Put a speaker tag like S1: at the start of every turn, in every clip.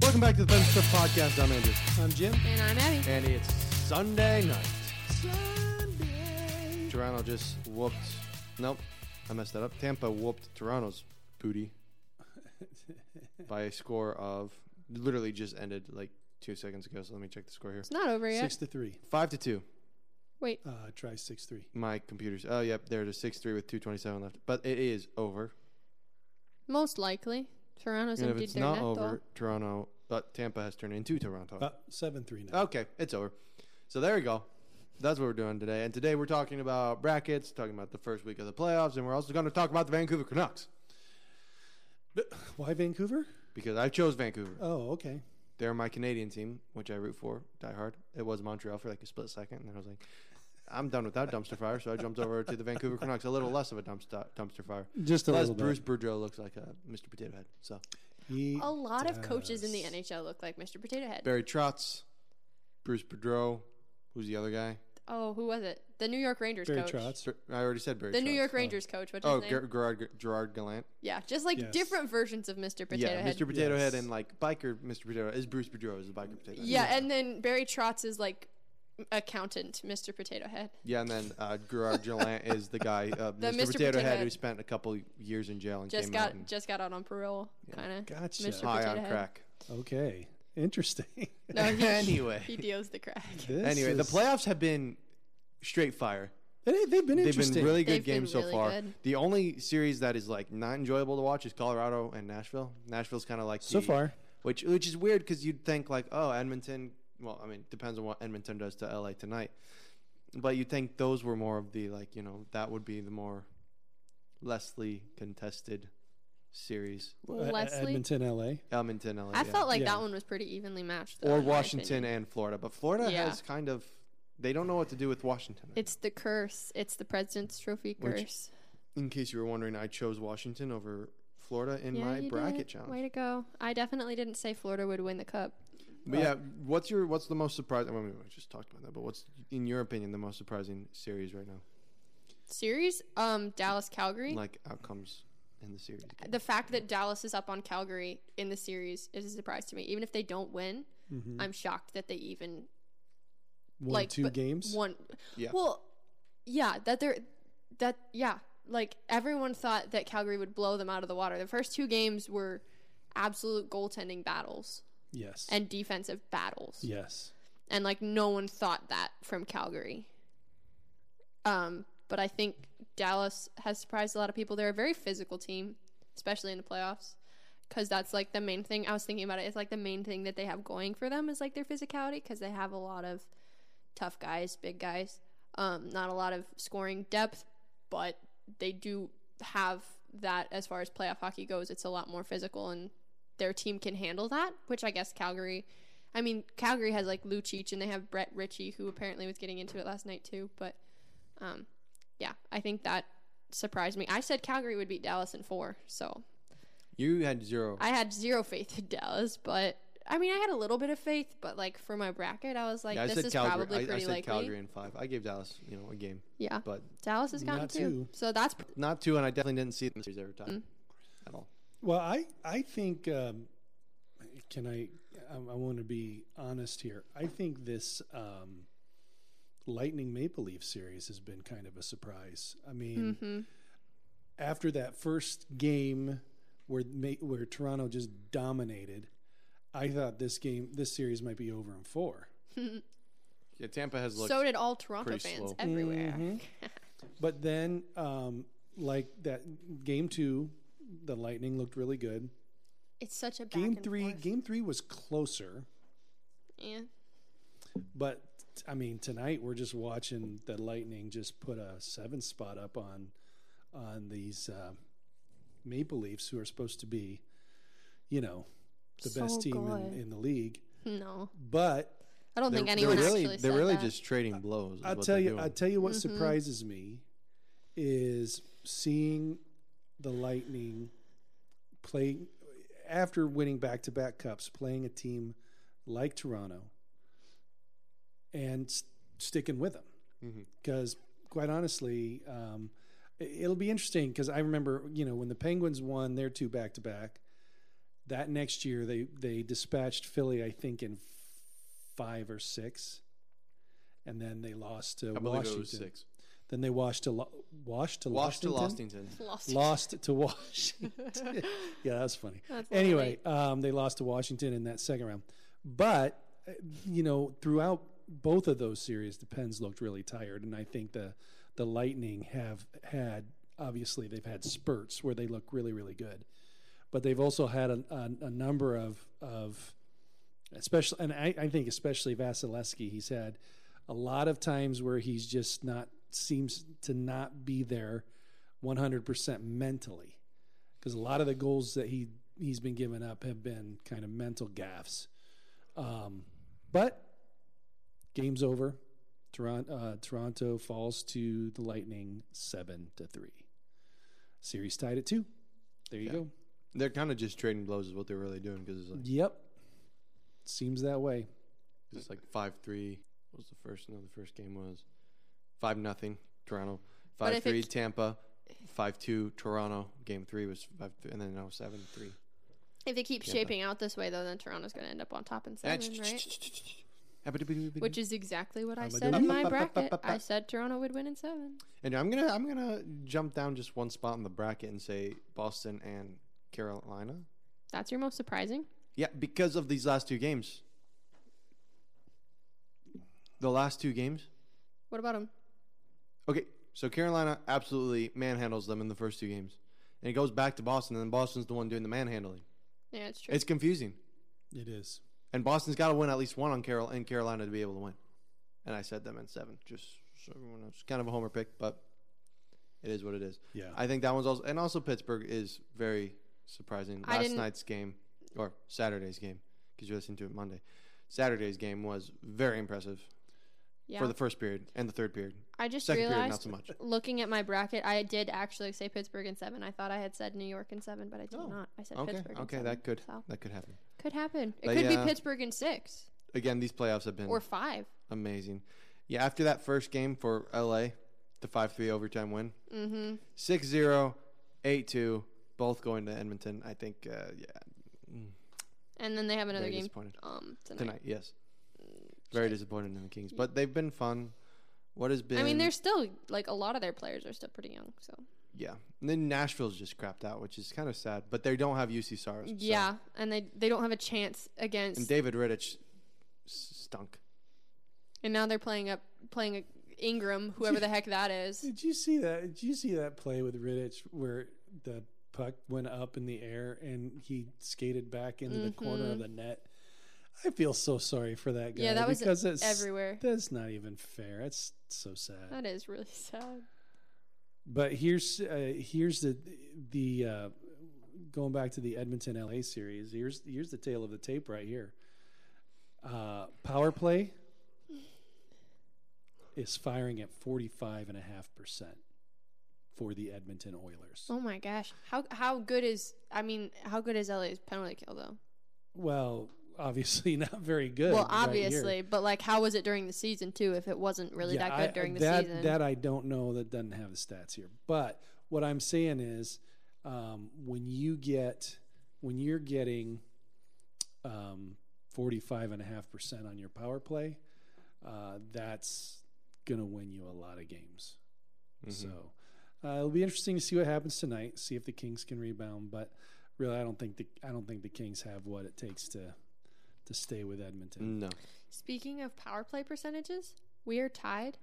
S1: Welcome back to the Ben Swift Podcast. I'm Andrew. I'm Jim.
S2: And I'm Abby.
S1: And it's Sunday night. Toronto just whooped. Nope, I messed that up. Tampa whooped Toronto's booty by a score of literally just ended like two seconds ago. So let me check the score here.
S2: It's not over yet.
S3: Six to three.
S1: Five to two.
S2: Wait,
S3: Uh, try six three.
S1: My computer's. Oh, yep, there it is. Six three with two twenty seven left. But it is over.
S2: most likely Toronto's
S1: And if
S2: emptied
S1: it's
S2: their
S1: not
S2: net
S1: over,
S2: goal.
S1: Toronto. But Tampa has turned into Toronto.
S3: Uh, seven three now.
S1: Okay, it's over. So there you go. That's what we're doing today. And today we're talking about brackets, talking about the first week of the playoffs, and we're also going to talk about the Vancouver Canucks
S3: But- Why Vancouver?
S1: because I chose Vancouver.
S3: Oh, okay.
S1: They're my Canadian team, which I root for, die hard. It was Montreal for like a split second, and then I was like, I'm done with that dumpster fire, so I jumped over to the Vancouver Canucks. A little less of a dumpster dumpster fire.
S3: Just a
S1: Plus,
S3: little
S1: Bruce
S3: bit.
S1: Boudreau looks like a Mr. Potato Head. So
S3: He
S2: A lot of coaches in the
S3: does.
S2: NHL look like Mr. Potato Head.
S1: Barry Trotz, Bruce Boudreau. Who's the other guy?
S2: oh, who was it? The New York Rangers
S3: Barry
S2: coach.
S3: Trotz.
S1: Sir- I already said Barry.
S2: The New
S1: Trotz.
S2: York Rangers coach. What's
S1: Oh,
S2: his name?
S1: Ger- Gerard Gerard Gallant.
S2: yeah, just like
S3: Yes.
S2: different versions of Mr. Potato
S1: yeah,
S2: Head.
S1: Mr. Potato Head
S3: Yes.
S1: and like biker Mr. Potato is Bruce Boudreau is the biker potato. Head.
S2: yeah, and then Barry Trotz is like accountant Mr. Potato Head.
S1: yeah, and then uh, Gerard Gallant is the guy uh,
S2: The
S1: Mr.
S2: Mr.
S1: Potato,
S2: Potato
S1: Head
S2: Head.
S1: who spent a couple years in jail and
S2: Just
S1: came out
S2: got
S1: and
S2: just got out on parole, kind of.
S3: Gotcha.
S2: Mr.
S1: high
S2: Potato
S1: on
S2: Head.
S1: crack.
S3: Okay. Interesting.
S2: No, he,
S1: Anyway,
S2: he deals the crack.
S3: This
S1: anyway, the
S3: is-
S1: playoffs have been straight fire.
S3: They, they've been
S1: They've
S3: interesting.
S1: been really good
S2: They've been
S1: games so
S2: really
S1: far.
S2: good.
S1: The only series that is like not enjoyable to watch is Colorado and Nashville. Nashville's kind of like
S3: so
S1: the-
S3: far.
S1: which which is weird because you'd think like, oh, Edmonton. Well, I mean, depends on what Edmonton does to LA tonight, but you'd think those were more of the like, you know, that would be the more lessly contested series,
S3: Uh,
S2: Leslie?
S3: Edmonton, LA.
S1: Edmonton, LA,
S2: I
S1: yeah.
S2: felt like
S3: Yeah.
S2: that one was pretty evenly matched. though,
S1: or
S2: in my
S1: Washington
S2: opinion.
S1: and Florida, but Florida
S2: Yeah.
S1: has kind of they don't know what to do with Washington.
S2: It's the curse. It's the President's Trophy
S1: Which-
S2: curse.
S1: in case you were wondering, I chose Washington over Florida in my
S2: you did.
S1: bracket
S2: Way
S1: challenge.
S2: to go! I definitely didn't say Florida would win the cup.
S1: But yeah, what's your what's the most surprising? I mean, we just talked about that, but what's in your opinion the most surprising series right now?
S2: Series, um, Dallas Calgary.
S1: like outcomes in the series.
S2: the fact that Dallas is up on Calgary in the series is a surprise to me. Even if they don't win,
S1: Mm-hmm.
S2: I'm shocked that they even
S3: Won
S2: like
S3: two
S2: but
S3: games.
S2: One,
S1: Yeah.
S2: Well, yeah, that they're that yeah. Like everyone thought that Calgary would blow them out of the water. The first two games were absolute goaltending battles
S3: Yes.
S2: and defensive battles.
S3: yes.
S2: and like no one thought that from Calgary. Um, but I think Dallas has surprised a lot of people. They're a very physical team, especially in the playoffs, because that's like the main thing. I was thinking about it. It's like the main thing that they have going for them is like their physicality, because they have a lot of tough guys, big guys. Um, not a lot of scoring depth, but they do have that as far as playoff hockey goes. It's a lot more physical, and their team can handle that. Which I guess Calgary, I mean Calgary has like Lucic and they have Brett Ritchie, who apparently was getting into it last night too. But um, yeah, I think that surprised me. I said Calgary would beat Dallas in four, so
S1: You had zero.
S2: I had zero faith in Dallas, but. I mean, I had a little bit of faith, but like for my bracket, I was like,
S1: Yeah, I
S2: "This
S1: said
S2: is
S1: Calgary.
S2: probably
S1: I, I
S2: pretty
S1: said
S2: likely."
S1: Calgary in five. I gave Dallas, you know, a game,
S2: Yeah,
S1: but
S2: Dallas has gotten
S3: Not
S2: two.
S3: two.
S2: So that's
S1: not two. And I definitely didn't see it in the series every
S2: Mm.
S1: time at all.
S3: Well, I I think um, can I I, I want to be honest here. I think this um, Lightning Maple Leaf series has been kind of a surprise. I mean,
S2: Mm-hmm.
S3: after that first game where ma- where Toronto just dominated, I thought this game this series might be over in four.
S1: Yeah, Tampa has looked.
S2: so did all Toronto
S1: pretty
S2: fans
S1: slow.
S2: everywhere.
S3: Mm-hmm. But then, um, like that game two, the Lightning looked really good.
S2: It's such a back
S3: Game
S2: and
S3: three,
S2: forth.
S3: game three was closer.
S2: Yeah.
S3: But I mean, tonight we're just watching the Lightning just put a seven spot up on on these uh, Maple Leafs, who are supposed to be, you know, the
S2: So
S3: best team
S2: good.
S3: in, in the league.
S2: No,
S3: But
S2: I don't think
S1: they're
S2: anyone
S1: really,
S2: actually
S1: They're
S2: said
S1: really
S2: that.
S1: just trading blows. is
S3: I'll
S1: what
S3: tell
S1: they're
S3: you.
S1: doing.
S3: I'll tell you what
S2: Mhm.
S3: surprises me is seeing the Lightning playing after winning back-to-back cups, playing a team like Toronto, and s- sticking with them.
S1: Mhm.
S3: Because quite honestly, um, i- it'll be interesting. Because I remember, you know, when the Penguins won their two back-to-back, that next year they they dispatched Philly, I think, in five or six, and then they lost to
S1: I believe
S3: Washington.
S1: it was six.
S3: Then they washed to Lo- washed to
S1: Lost to
S3: Washington.
S1: Lostington.
S2: lost.
S3: Lost to Washington. yeah, that was funny.
S2: That's lovely.
S3: anyway, um, they lost to Washington in that second round, but uh, you know, throughout both of those series, the Pens looked really tired, and I think the the Lightning have had obviously they've had spurts where they look really really good, but they've also had a, a, a number of of especially, and I, I think especially Vasilevsky, he's had a lot of times where he's just not seems to not be there 100% mentally because a lot of the goals that he he's been giving up have been kind of mental gaffes. Um, but game's over. Toronto, uh, Toronto falls to the Lightning seven to three. Series tied at two. There you
S1: Yeah.
S3: go.
S1: They're kind of just trading blows is what they're really doing because it's like
S3: Yep. Seems that way.
S1: it's like five three. What was the first? No, the first game was five nothing Toronto.
S2: But
S1: Five
S2: if it
S1: three
S2: c-
S1: Tampa. Five two Toronto. Game three was five th- and then now seven three.
S2: If they keep
S1: Yeah, but-
S2: shaping out this way, though, then Toronto's going to end up on top in
S1: Ah,
S2: seven, right? Which is exactly what I said in my bracket. I said Toronto would win in seven.
S1: And I'm gonna I'm gonna jump down just one spot in the bracket and say Boston and Carolina.
S2: That's your most surprising.
S1: Yeah, because of these last two games. The last two games.
S2: What about them?
S1: Okay, so Carolina absolutely manhandles them in the first two games. And it goes back to Boston, and then Boston's the one doing the manhandling.
S2: Yeah, it's true.
S1: It's confusing.
S3: It is.
S1: And Boston's got to win at least one on Carol in Carolina to be able to win. And I said them in seven, just so everyone knows. Kind of a homer pick, but it is what it is.
S3: Yeah.
S1: I think that one's also, and also Pittsburgh is very surprising.
S2: I
S1: Last
S2: didn't-
S1: night's game, or Saturday's game, because you're listening to it Monday. Saturday's game was very impressive
S2: yeah.
S1: for the first period and the third period.
S2: I just
S1: Second period,
S2: realized
S1: not so much.
S2: looking at my bracket, I did actually say Pittsburgh in seven. I thought I had said New York in seven, but I did
S1: Oh,
S2: not. I said
S1: Okay,
S2: Pittsburgh. in
S1: okay,
S2: seven,
S1: that could
S2: so.
S1: that uh, could happen.
S2: could happen. It
S1: But
S2: could
S1: yeah.
S2: be Pittsburgh in six
S1: Again, these playoffs have been
S2: or five.
S1: amazing. Yeah, after that first game for LA, the 5-3 overtime win,
S2: Mm-hmm.
S1: 6-0, 8-2, both going to Edmonton. I think uh, yeah,
S2: And then they have another
S1: very
S2: game Mm,
S1: disappointed
S2: um tonight.
S1: tonight. Yes, very disappointed in the Kings, but they've been fun. What has been?
S2: I mean, they're still like a lot of their players are still pretty young. So
S1: yeah. And then Nashville's just crapped out, which is kind of sad. But they don't have UC Saros. so-
S2: yeah, and they they don't have a chance against.
S1: And David Riddich s- stunk.
S2: And now they're playing up playing a Ingram, whoever the heck that is.
S3: Did you see that? Did you see that play with Riddich where the puck went up in the air and he skated back into the corner of the net? I feel so sorry for that
S2: Mm-hmm.
S3: guy.
S2: Yeah, that was
S3: because that's,
S2: everywhere.
S3: That's not even fair. That's so sad.
S2: That is really sad.
S3: But here's uh, here's the the uh, going back to the Edmonton LA series. Here's here's the tail of the tape right here. Uh, power play is firing at 45 and a half percent for the Edmonton Oilers.
S2: Oh my gosh, how how good is I mean, how good is LA's penalty kill though?
S3: Well, obviously not very good.
S2: well,
S3: right here.
S2: obviously, but like, how was it during the season too? If it wasn't really
S3: Yeah,
S2: that
S3: I-
S2: good during the
S3: that,
S2: season,
S3: That I don't know. That doesn't have the stats here. But what I'm saying is, um, when you get when you're getting um, 45 and a half percent on your power play, uh, that's gonna win you a lot of games. So uh, it'll be interesting to see what happens tonight. See if the Kings can rebound. But really, I don't think the I don't think the Kings have what it takes to to stay with Edmonton.
S1: No,
S2: speaking of power play percentages, we are tied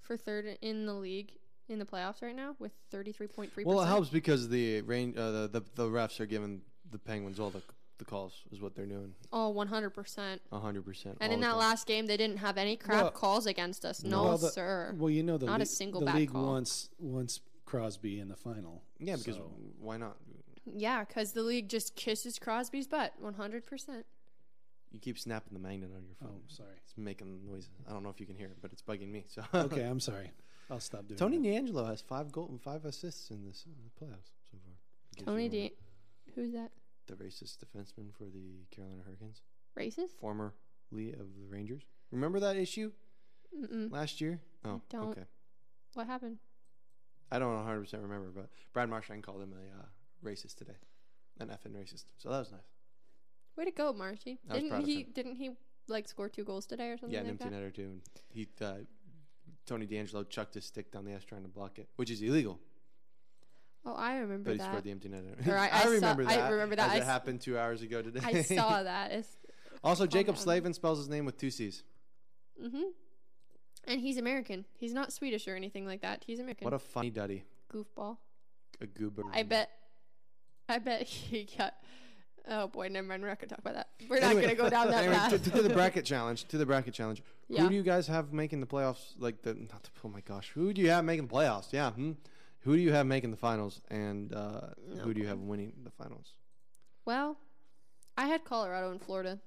S2: for third in the league in the playoffs right now with thirty three point three.
S1: well, it helps because the rain, uh, the, the the refs are giving the Penguins all the the calls is what they're doing,
S2: Oh, one hundred percent.
S1: hundred percent.
S2: And in that last game, they didn't have any crap
S3: Well-
S2: calls against us. No,
S3: Well, the-
S2: sir.
S3: Well, you know the
S2: Not a
S3: league,
S2: single
S3: the
S2: bad
S3: league
S2: call.
S3: once once Crosby in the final.
S1: Yeah, because
S3: So,
S1: why not?
S2: Yeah, because the league just kisses Crosby's butt 100%.
S1: You keep snapping the magnet on your
S3: oh,
S1: phone.
S3: sorry.
S1: It's making noises. I don't know if you can hear it, but it's bugging me. So
S3: Okay, I'm sorry. I'll stop doing.
S1: Tony
S3: that.
S1: D'Angelo has five goals and five assists in this uh, playoffs so far. Gives
S2: Tony
S1: you
S2: D. Who's that?
S1: the racist defenseman for the Carolina Hurricanes,
S2: Racist?
S1: formerly of the Rangers. Remember that issue
S2: Mm-mm.
S1: last year? Oh,
S2: don't.
S1: okay.
S2: What happened?
S1: I don't 100 percent remember, but Brad Marchand called him a uh, racist today, an effing racist. So that was nice.
S2: Way to go, Marchie.
S1: I was proud
S2: Didn't
S1: of
S2: he?
S1: him.
S2: Didn't he like score two goals today or something
S1: yeah, an
S2: like
S1: empty
S2: that?
S1: netter too. And he uh, Tony D'Angelo chucked his stick down the ice trying to block it, which is illegal.
S2: Oh, I remember
S1: But he
S2: that.
S1: scored the empty netter.
S2: Or I- I saw- I remember that.
S1: As
S2: I
S1: it
S2: s-
S1: happened two hours ago today.
S2: I saw Oh, that. It's,
S1: also, Jacob
S2: down.
S1: Slavin spells his name with two C's.
S2: hmm And he's American. He's not Swedish or anything like that. He's American.
S1: What a funny duddy,
S2: goofball.
S1: a goober.
S2: I bet. I bet he got. Oh boy, never mind. We're not gonna talk about that. We're
S1: Anyway-
S2: not gonna go down that
S1: anyway,
S2: path.
S1: To, to the bracket challenge. To the bracket challenge.
S2: Yeah.
S1: Who do you guys have making the playoffs? Like the not the, oh my gosh, who do you have making the playoffs? Yeah. Hmm. Who do you have making the finals, and uh, who do you have winning the finals?
S2: Well, I had Colorado and Florida,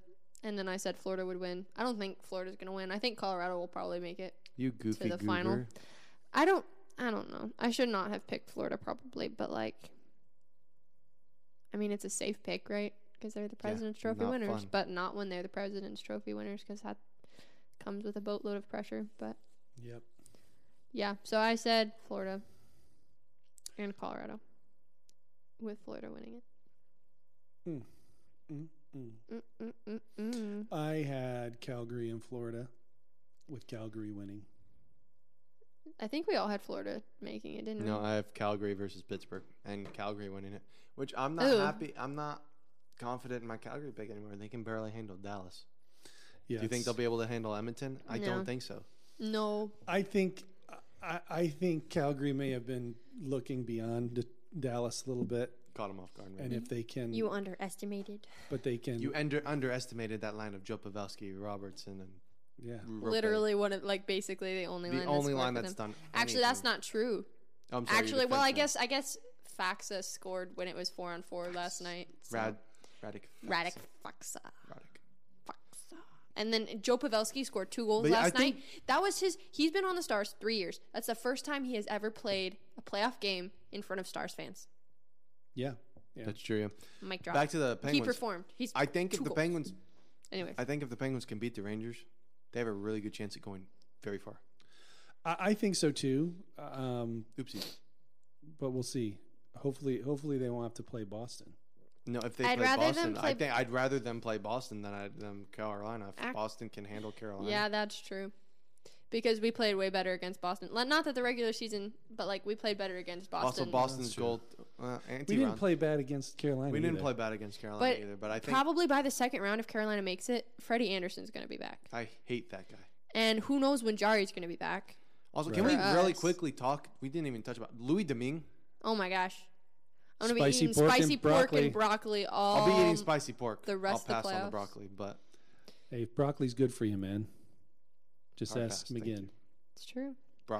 S2: and then I said Florida would win. I don't think Florida's gonna win. I think Colorado will probably make it.
S1: You goofy
S2: the
S1: goober.
S2: final. I don't. I don't know. I should not have picked Florida probably, but like, I mean, it's a safe pick, right? Because they're the President's Trophy
S1: not
S2: winners,
S1: fun.
S2: but not when they're the President's Trophy winners, because that comes with a boatload of pressure. But
S3: Yep.
S2: yeah, so I said Florida and Colorado, with Florida winning it.
S3: Mm, mm.
S2: Mm, mm, mm, mm.
S3: I had Calgary in Florida, with Calgary winning.
S2: I think we all had Florida making it, didn't
S1: No,
S2: we?
S1: I have Calgary versus Pittsburgh, and Calgary winning it. Which I'm not
S2: Ooh.
S1: happy. I'm not confident in my Calgary pick anymore. They can barely handle Dallas.
S3: Yeah.
S1: Do you think they'll be able to handle Edmonton? I
S2: No.
S1: don't think so.
S2: No,
S3: I think I, I think Calgary may have been looking beyond D- Dallas a little bit,
S1: Caught them off guard.
S3: and
S1: Maybe.
S3: if they can,
S2: you underestimated.
S3: but they can.
S1: You under, underestimated that line of Joe Pavelski, Robertson, and
S3: yeah.
S1: Rope.
S2: Literally, one of like basically the only
S1: the
S2: line.
S1: only
S2: that's
S1: line
S2: worked
S1: that's
S2: for them.
S1: done.
S2: Actually, that's not true.
S1: i
S2: Actually, well, I guess I guess Faxa scored when it was four on four last night. So.
S1: Rad, Radic.
S2: Radic Faxa,
S1: Radic.
S2: Faxa, and then Joe Pavelski scored two goals
S1: But yeah, I
S2: last night.
S1: think-
S2: That was his. He's been on the Stars three years. That's the first time he has ever played a playoff game in front of Stars fans.
S3: Yeah. Yeah.
S1: That's true. yeah.
S2: Mike drop.
S1: Back to the
S2: he
S1: Penguins.
S2: performed. He's.
S1: I think if
S2: two
S1: the
S2: goals.
S1: Penguins,
S2: Anyway,
S1: I think if the Penguins can beat the Rangers, they have a really good chance at going very far.
S3: I, I think so too. Um,
S1: Oopsie.
S3: but we'll see. Hopefully, hopefully they won't have to play Boston.
S1: No, if they
S2: I'd
S1: play
S2: rather them
S1: Boston, I
S2: play-
S1: think I'd rather them play Boston than I'd them Carolina. If
S2: Ac-
S1: Boston can handle Carolina,
S2: yeah, that's true. Because we played way better against Boston. Like, Not that the regular season, but like we played better against Boston.
S1: Also, Boston's
S3: true.
S1: goal. Uh,
S3: We didn't
S1: anti-round.
S3: play bad against Carolina.
S1: We didn't
S3: either.
S1: play bad against Carolina
S2: But
S1: either, but I think
S2: Probably by the second round, if Carolina makes it, Freddie Anderson's going to be back.
S1: I hate that guy.
S2: And who knows when Jari's going to be back.
S1: Also, can
S3: Right.
S1: we
S2: For
S1: really
S2: us.
S1: quickly talk? We didn't even touch about Louis Domingue.
S2: Oh my gosh. I'm going to be
S3: Spicy
S2: eating
S3: pork and
S2: spicy pork and broccoli all
S1: I'll be eating spicy pork.
S2: Um, the rest of the
S1: I'll pass on the
S2: playoffs.
S1: broccoli, but
S3: Hey, broccoli's good for you, man. Just
S1: Hard
S3: ask
S1: pass, thank
S3: McGinn.
S2: It's true.
S1: bro-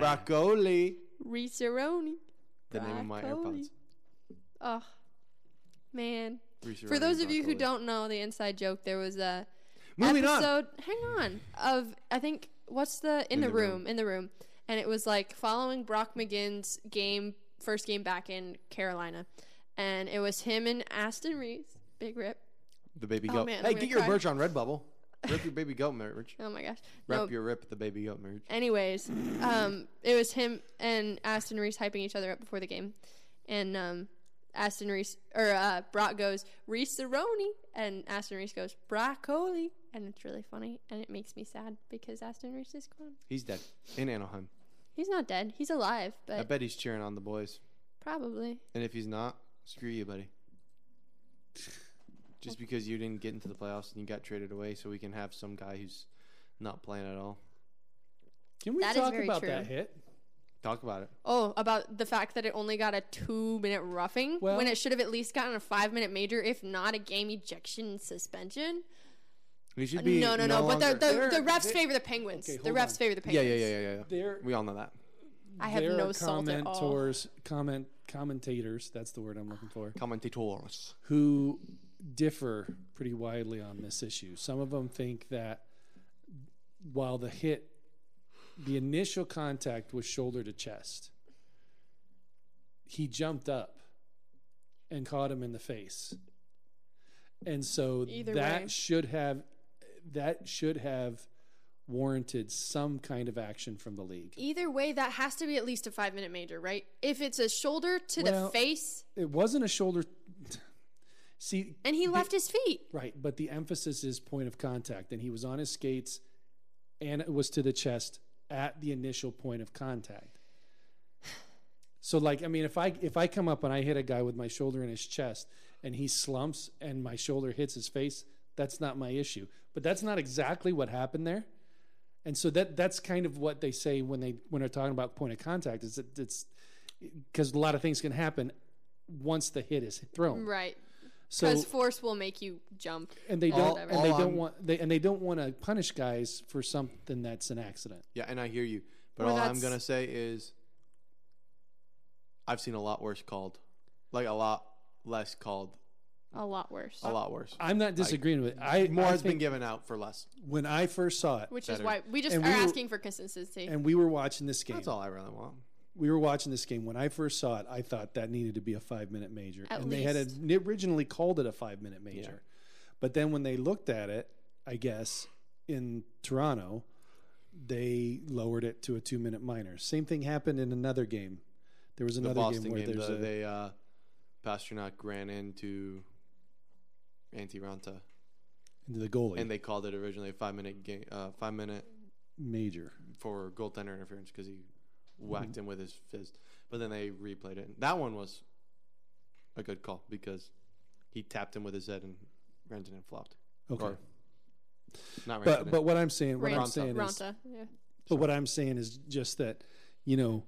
S1: broccoli.
S2: Riceroni.
S1: The name of my
S2: Broccoli.
S1: AirPods.
S2: Oh, man.
S1: Reese
S2: For
S1: Rowan
S2: those
S1: and
S2: of you
S1: broccoli.
S2: who don't know the inside joke, there was a
S1: moving on.
S2: episode. Hang on. Of I think what's the in, the,
S1: the
S2: room,
S1: Room.
S2: in the room, and it was like following Brock McGinn's game first game back in Carolina, and it was him and Aston Reese, big rip.
S1: The baby
S2: Oh,
S1: goat.
S2: man,
S1: hey,
S2: I'm
S1: get
S2: gonna
S1: your
S2: cry.
S1: merch on Redbubble. Rip your baby goat merch.
S2: Oh my gosh.
S1: Rip
S2: No,
S1: your rip the baby goat merch.
S2: anyways, um, it was him and Aston Reese hyping each other up before the game, and um, Aston Reese or uh, Brock goes Reese Cerrone, and Aston Reese goes Broccoli, and it's really funny, and it makes me sad because Aston Reese is gone.
S1: He's dead in Anaheim.
S2: He's not dead. He's alive,
S1: I
S2: but
S1: bet he's cheering on the boys.
S2: probably.
S1: And if he's not, screw you, buddy. Just because you didn't get into the playoffs and you got traded away, so we can have some guy who's not playing at all.
S3: Can we
S2: That is
S3: talk
S2: very
S3: about
S2: true.
S3: that hit?
S1: Talk about it.
S2: Oh, about the fact that it only got a two-minute roughing
S3: Well-
S2: when it should have at least gotten a five-minute major, if not a game ejection and suspension.
S1: We should be
S2: Uh, No, no, no. But
S1: longer-
S2: the, the, the
S3: They're-
S2: refs
S3: they-
S2: favor the Penguins.
S3: Okay,
S2: the
S3: hold
S2: refs
S3: on.
S2: favor the
S1: yeah,
S2: Penguins.
S1: yeah, yeah, yeah, yeah.
S3: There,
S1: We all know that.
S2: I have
S3: there
S2: no
S3: are
S2: salt at all.
S3: commentors, comment commentators. That's the word I'm looking for.
S1: Commentators.
S3: who differ pretty widely on this issue. Some of them think that while the hit, the initial contact was shoulder to chest, he jumped up and caught him in the face. And so
S2: Either
S3: that
S2: way.
S3: should have that should have warranted some kind of action from the league.
S2: Either way, that has to be at least a five minute major, right? If it's a shoulder to
S3: Well-
S2: the face
S3: It wasn't a shoulder See,
S2: and he left his feet.
S3: Right, but the emphasis is point of contact, and he was on his skates, and it was to the chest at the initial point of contact. So, like, I mean, if I if I come up and I hit a guy with my shoulder in his chest, and he slumps, and my shoulder hits his face, that's not my issue. But that's not exactly what happened there, and so that that's kind of what they say when they when they're talking about point of contact is that it's because a lot of things can happen once the hit is thrown.
S2: Right.
S3: Oh. So
S2: Because force will make you jump.
S3: and they
S2: All-
S3: don't
S2: whatever.
S3: and they
S1: all
S3: don't
S1: I'm-
S3: want they and they don't want to punish guys for something that's an accident.
S1: Yeah, and I hear you. But
S2: Well,
S1: all I'm
S2: that's-
S1: gonna say is, I've seen a lot worse called, like a lot less called,
S2: A lot worse.
S1: a lot worse.
S3: I'm not disagreeing with it. I
S1: More
S3: I
S1: has been
S3: think
S1: given out for less.
S3: when I first saw it
S2: Which is
S1: better.
S2: why we just
S3: And
S2: are
S3: we were-
S2: asking for consistency.
S3: and we were watching this game.
S1: That's all I really want.
S3: We were watching this game when I first saw it. I thought that needed to be a 5-minute major
S2: At
S3: and they had
S2: least.
S3: a, originally called it a 5-minute major. But then when they looked at it, I guess in Toronto, they lowered it to a 2-minute minor. Same thing happened in another game. There was
S1: The
S3: another
S1: Boston
S3: game where
S1: game,
S3: there's
S1: the,
S3: a
S1: they uh, Pasternak ran into Antiranta,
S3: the goalie
S1: and they called it originally a five minute game, uh, five minute
S3: major.
S1: for goaltender interference because he
S3: Mm-hmm.
S1: whacked him with his fist. But then they replayed it. That one was a good call because he tapped him with his head and Renton and flopped.
S3: Okay.
S1: Or- not Renton.
S3: But but what I'm saying, what I'm
S2: Ranta.
S3: saying is,
S2: Ranta. Yeah.
S3: but what I'm saying is just that, you know,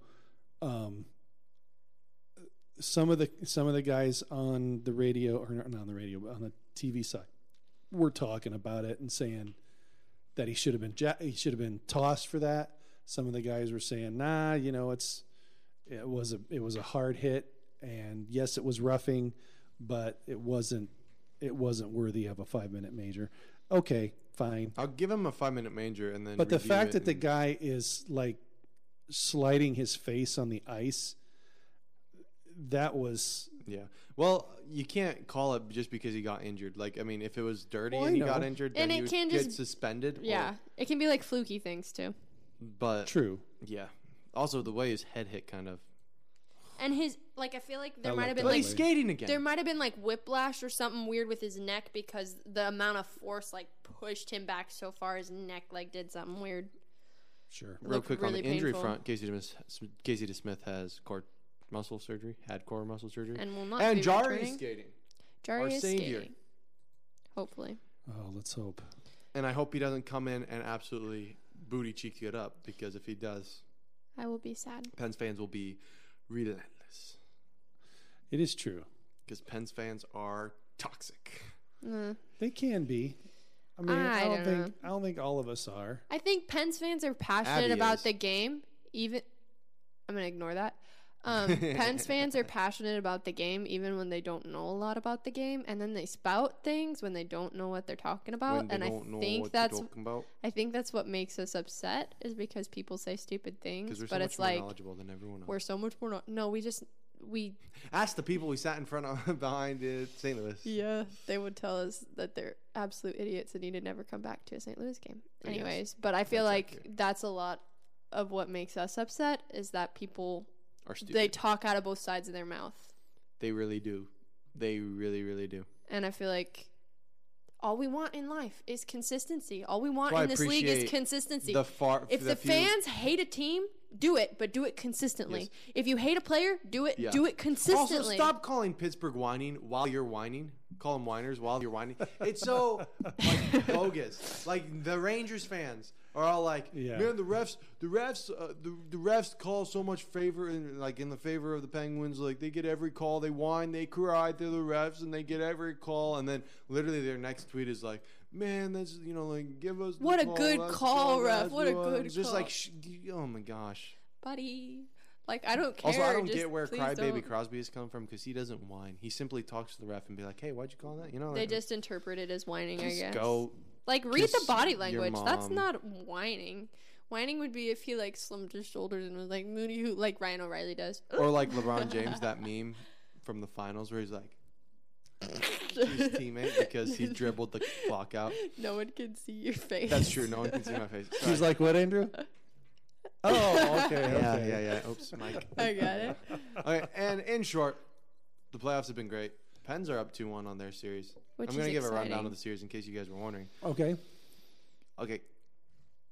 S3: um, some of the some of the guys on the radio or not on the radio but on the TV side were talking about it and saying that he should have been ja- he should have been tossed for that. Some of the guys were saying, nah, you know, it's it was a it was a hard hit and yes, it was roughing, but it wasn't it wasn't worthy of a five minute major. Okay, fine.
S1: I'll give him a five minute major and then.
S3: But the
S1: review
S3: fact
S1: it
S3: that the
S1: and-
S3: guy is like sliding his face on the ice, that was
S1: yeah, well, you can't call it just because he got injured. Like, I mean, if it was dirty
S3: Well, I
S1: and he got
S3: know.
S1: injured,
S2: And
S1: then
S2: it
S1: he would
S2: can
S1: get
S2: just-
S1: suspended. or-
S2: Yeah. It can be like fluky things too.
S1: but
S3: true.
S1: yeah. Also, the way his head hit kind of.
S2: And his like I feel like there
S3: I
S2: might
S3: love
S2: have been
S3: that
S1: But
S2: like
S1: he's skating again.
S2: there might have been like whiplash or something weird with his neck because the amount of force like pushed him back so far his neck like did something weird.
S3: Sure.
S1: Real
S2: looked
S1: quick on the
S2: really
S1: injury
S2: painful.
S1: front, Casey DeMis- Casey DeSmith has core muscle surgery, had core muscle surgery,
S2: And will not
S1: and
S2: be
S1: Jari
S2: returning.
S1: skating.
S2: Jari
S1: our
S2: is
S1: savior.
S2: skating. Hopefully.
S3: Oh, let's hope.
S1: And I hope he doesn't come in and absolutely booty cheek it up because if he does,
S2: I will be sad.
S1: Pens fans will be relentless
S3: It is true.
S1: because Pens fans are toxic.
S2: Mm.
S3: They can be. I mean, I,
S2: I don't
S3: don't, think I don't think all of us are.
S2: I think Pens fans are passionate
S1: Abby
S2: about
S1: is.
S2: the game. Even I'm gonna ignore that. Um, Pens fans are passionate about the game even when they don't know a lot about the game, and then they spout things when they don't know what they're talking about.
S1: when they
S2: and
S1: don't
S2: I
S1: know
S2: think
S1: what
S2: that's
S1: they're talking about
S2: I think that's what makes us upset is because people say stupid
S1: because
S2: things,
S1: we're so
S2: but
S1: much
S2: it's
S1: more
S2: like
S1: knowledgeable than everyone else.
S2: we're so much more. Not, no, we just we
S1: Ask the people we sat in front of behind at St. Louis.
S2: yeah they would tell us that they're absolute idiots and need to never come back to a St. Louis game.
S1: Yes.
S2: Anyways, but I feel
S1: That's
S2: like
S1: accurate.
S2: that's a lot of what makes us upset is that people
S1: Are stupid.
S2: they
S1: They,
S2: talk out of both sides of their mouth,
S1: really do. They really, really do.
S2: and I feel like. All we want in life is consistency. All we want
S1: Well, I
S2: in this league is
S1: appreciate
S2: consistency.
S1: the far
S2: If the,
S1: few-
S2: fans hate a team, do it, but do it consistently.
S1: Yes.
S2: If you hate a player, do it,
S1: Yeah.
S2: do it consistently.
S1: Also, stop calling Pittsburgh whining while you're whining. Call them whiners while you're whining. It's so like, bogus. Like the Rangers fans are all like,
S3: Yeah.
S1: "Man, the refs, the refs, uh, the, the refs call so much favor in like in the favor of the Penguins. Like they get every call, they whine, they cry to the refs, and they get every call. And then literally their next tweet is like." Man, that's you know like give us the
S2: What a
S1: call,
S2: good
S1: let's
S2: call,
S1: go,
S2: ref.
S1: let's
S2: What a
S1: go."
S2: good
S1: It's Just
S2: call.
S1: like sh- oh my gosh,
S2: Buddy. Like I don't care.
S1: Also, I don't
S2: just
S1: get where
S2: please
S1: crybaby
S2: don't.
S1: Crosby has come from because he doesn't whine. He simply talks to the ref and be like, "Hey, why'd you call that?" You know,
S2: They
S1: like,
S2: just interpret it as whining. I
S1: just
S2: guess.
S1: go.
S2: Like read the
S1: kiss
S2: body
S1: your
S2: language. That's
S1: mom.
S2: not whining. Whining would be if he like slumped his shoulders and was like moody, who like Ryan O'Reilly does.
S1: Or like LeBron James, that meme from the finals where he's like to his teammate because he dribbled the clock out.
S2: no one can see your face.
S1: That's true. No one can see my face.
S3: He's
S1: Sorry.
S3: like, what, Andrew? Oh, okay.
S1: yeah,
S3: okay.
S1: yeah, yeah. Oops, Mike.
S2: I got it.
S1: Okay, and in short, the playoffs have been great. Pens are up 2 1 on their series.
S2: Which
S1: I'm
S2: is
S1: going to give a rundown
S2: exciting.
S1: of the series in case you guys were wondering.
S3: Okay.
S1: Okay.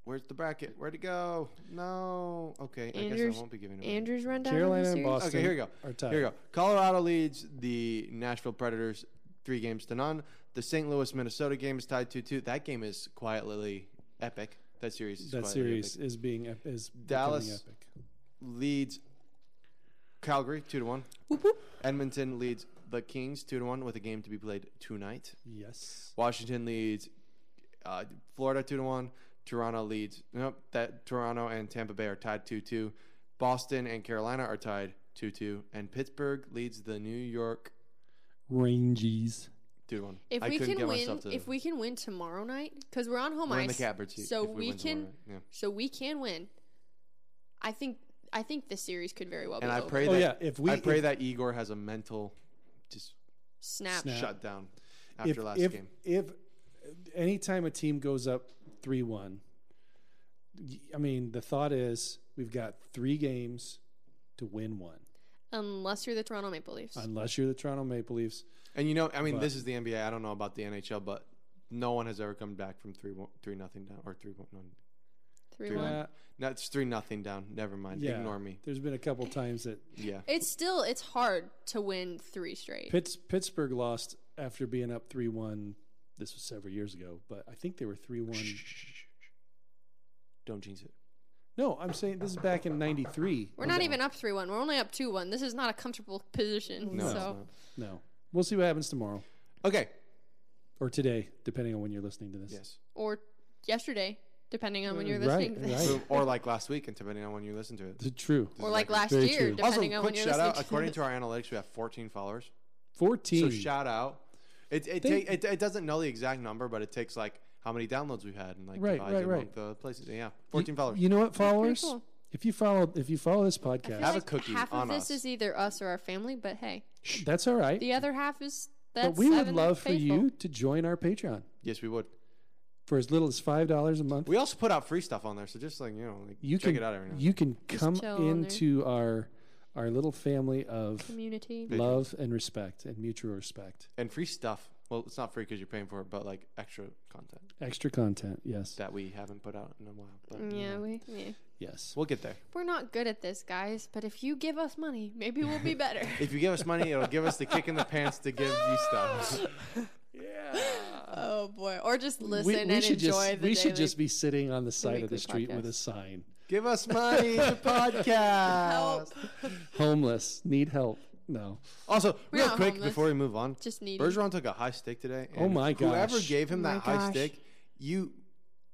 S1: Where's the bracket? Where'd it go? No. Okay. I guess
S2: Andrews-
S1: I won't be giving it away.
S2: Andrew's rundown.
S3: Carolina
S2: of the
S3: and
S2: series?
S3: Boston.
S1: Okay, here we go.
S3: Are tied.
S1: Here we go. Colorado leads the Nashville Predators three games to none. The St. Louis Minnesota game is tied 2 2. That game is quietly epic. That series is
S3: That
S1: quietly
S3: series
S1: epic.
S3: is being ep- is becoming
S1: Dallas-
S3: epic.
S1: leads Calgary 2 to 1. Edmonton leads the Kings 2 to 1 with a game to be played tonight.
S3: Yes.
S1: Washington leads uh, Florida two to one. Toronto leads. Nope. That Toronto and Tampa Bay are tied two two. Boston and Carolina are tied two two, and Pittsburgh leads the New York
S3: Rangies.
S1: two one.
S2: If we can win, if we can win tomorrow night, because we're on home
S1: we're
S2: ice,
S1: in the catbird seat,
S2: so
S1: if we,
S2: we,
S1: win
S2: can,
S1: tomorrow, yeah.
S2: so we can win. I think, I think this series could very well
S1: And
S2: be
S1: I
S2: over.
S1: pray
S3: Oh,
S1: that
S3: yeah, if we-
S1: I pray
S3: if-
S1: that Igor has a mental just
S2: snap.
S3: Snap. Yeah.
S1: shutdown after last
S3: if,
S1: game.
S3: If anytime a team goes up 3 1, I mean, the thought is we've got three games to win one,
S2: Unless you're the Toronto Maple Leafs,
S3: unless you're the Toronto Maple Leafs.
S1: And you know, I mean,
S3: But-
S1: this is the NBA. I don't know about the NHL, but no one has ever come back from three one three nothing down or three one. No,
S2: three
S1: three
S2: one.
S1: one.
S3: Uh,
S1: no, it's three nothing down. Never mind.
S3: yeah.
S1: Ignore me.
S3: There's been a couple times that
S1: Yeah.
S2: It's still it's hard to win three straight.
S3: Pitts, Pittsburgh lost after being up 3 1. This was several years ago, but I think they were 3 1.
S1: Don't jinx it.
S3: No, I'm saying this is back in 93.
S2: we're not even up three one. We're only up two one. This is not a comfortable position.
S1: No,
S2: so
S1: it's not.
S2: e-
S3: No. We'll see what happens tomorrow
S1: Okay.
S3: or today, depending on when you're listening to this.
S1: Yes.
S2: or yesterday, depending on when you're
S3: Right,
S2: listening to this,
S3: Mm, right.
S1: So- or like last week, and depending on when you listen to it.
S3: It's true.
S2: or like last
S3: Very
S2: year,
S3: true.
S2: depending
S1: Also,
S2: on when
S1: quick
S2: you're
S1: shout
S2: listening
S1: out.
S2: to
S1: According
S2: this.
S1: to our analytics, we have 14 followers.
S3: 14.
S1: So shout out. It it,
S3: They-
S1: ta- it it doesn't know the exact number, but it takes like how many downloads we've had and like
S3: Right,
S1: divides
S3: right,
S1: among
S3: right.
S1: the places. Yeah, 14
S3: You-
S1: followers.
S3: You know what, followers?
S2: cool.
S3: If you follow, if you follow this
S2: I
S3: podcast,
S2: feel
S1: Have a
S2: like
S1: cookie
S2: half
S1: on
S2: of this
S1: us.
S2: is either us or our family, but hey,
S3: that's all right.
S2: the other half is that's.
S3: but we would
S2: seven
S3: love for
S2: faithful.
S3: you to join our Patreon
S1: yes, we would.
S3: for as little as five dollars a month.
S1: We also put out free stuff on there, so just like you know, like
S3: you
S1: check
S3: can
S1: it out every now. and
S3: you can come
S2: chill on there.
S3: into our our little family of
S2: community.
S1: Patreon.
S3: love and respect and mutual respect.
S1: then. and free stuff. Well, it's not free because you're paying for it, but like extra content
S3: Extra content, yes,
S1: that we haven't put out in a while. But you
S2: Yeah,
S1: know,
S2: we yeah.
S3: yes.
S1: we'll get there.
S2: we're not good at this, guys. But if you give us money, maybe we'll be better.
S1: If you give us money, it'll give us the kick in the pants to give you stuff.
S2: oh boy, or just listen
S3: we
S2: and enjoy
S3: should just
S2: the.
S3: we should
S2: daily-
S3: just be sitting on the side of
S2: weekly
S3: the street with
S2: podcast.
S3: a sign.
S1: give us money, the podcast.
S2: help.
S3: Homeless, need help. No,
S1: Also,
S2: We're
S1: real
S2: not
S1: quick
S2: homeless.
S1: before we move on,
S2: Just needy.
S1: Bergeron took a high stick today.
S3: Oh
S1: and
S3: my
S1: Whoever
S3: gosh.
S1: gave him
S2: Oh my
S1: that high
S2: gosh.
S1: stick, you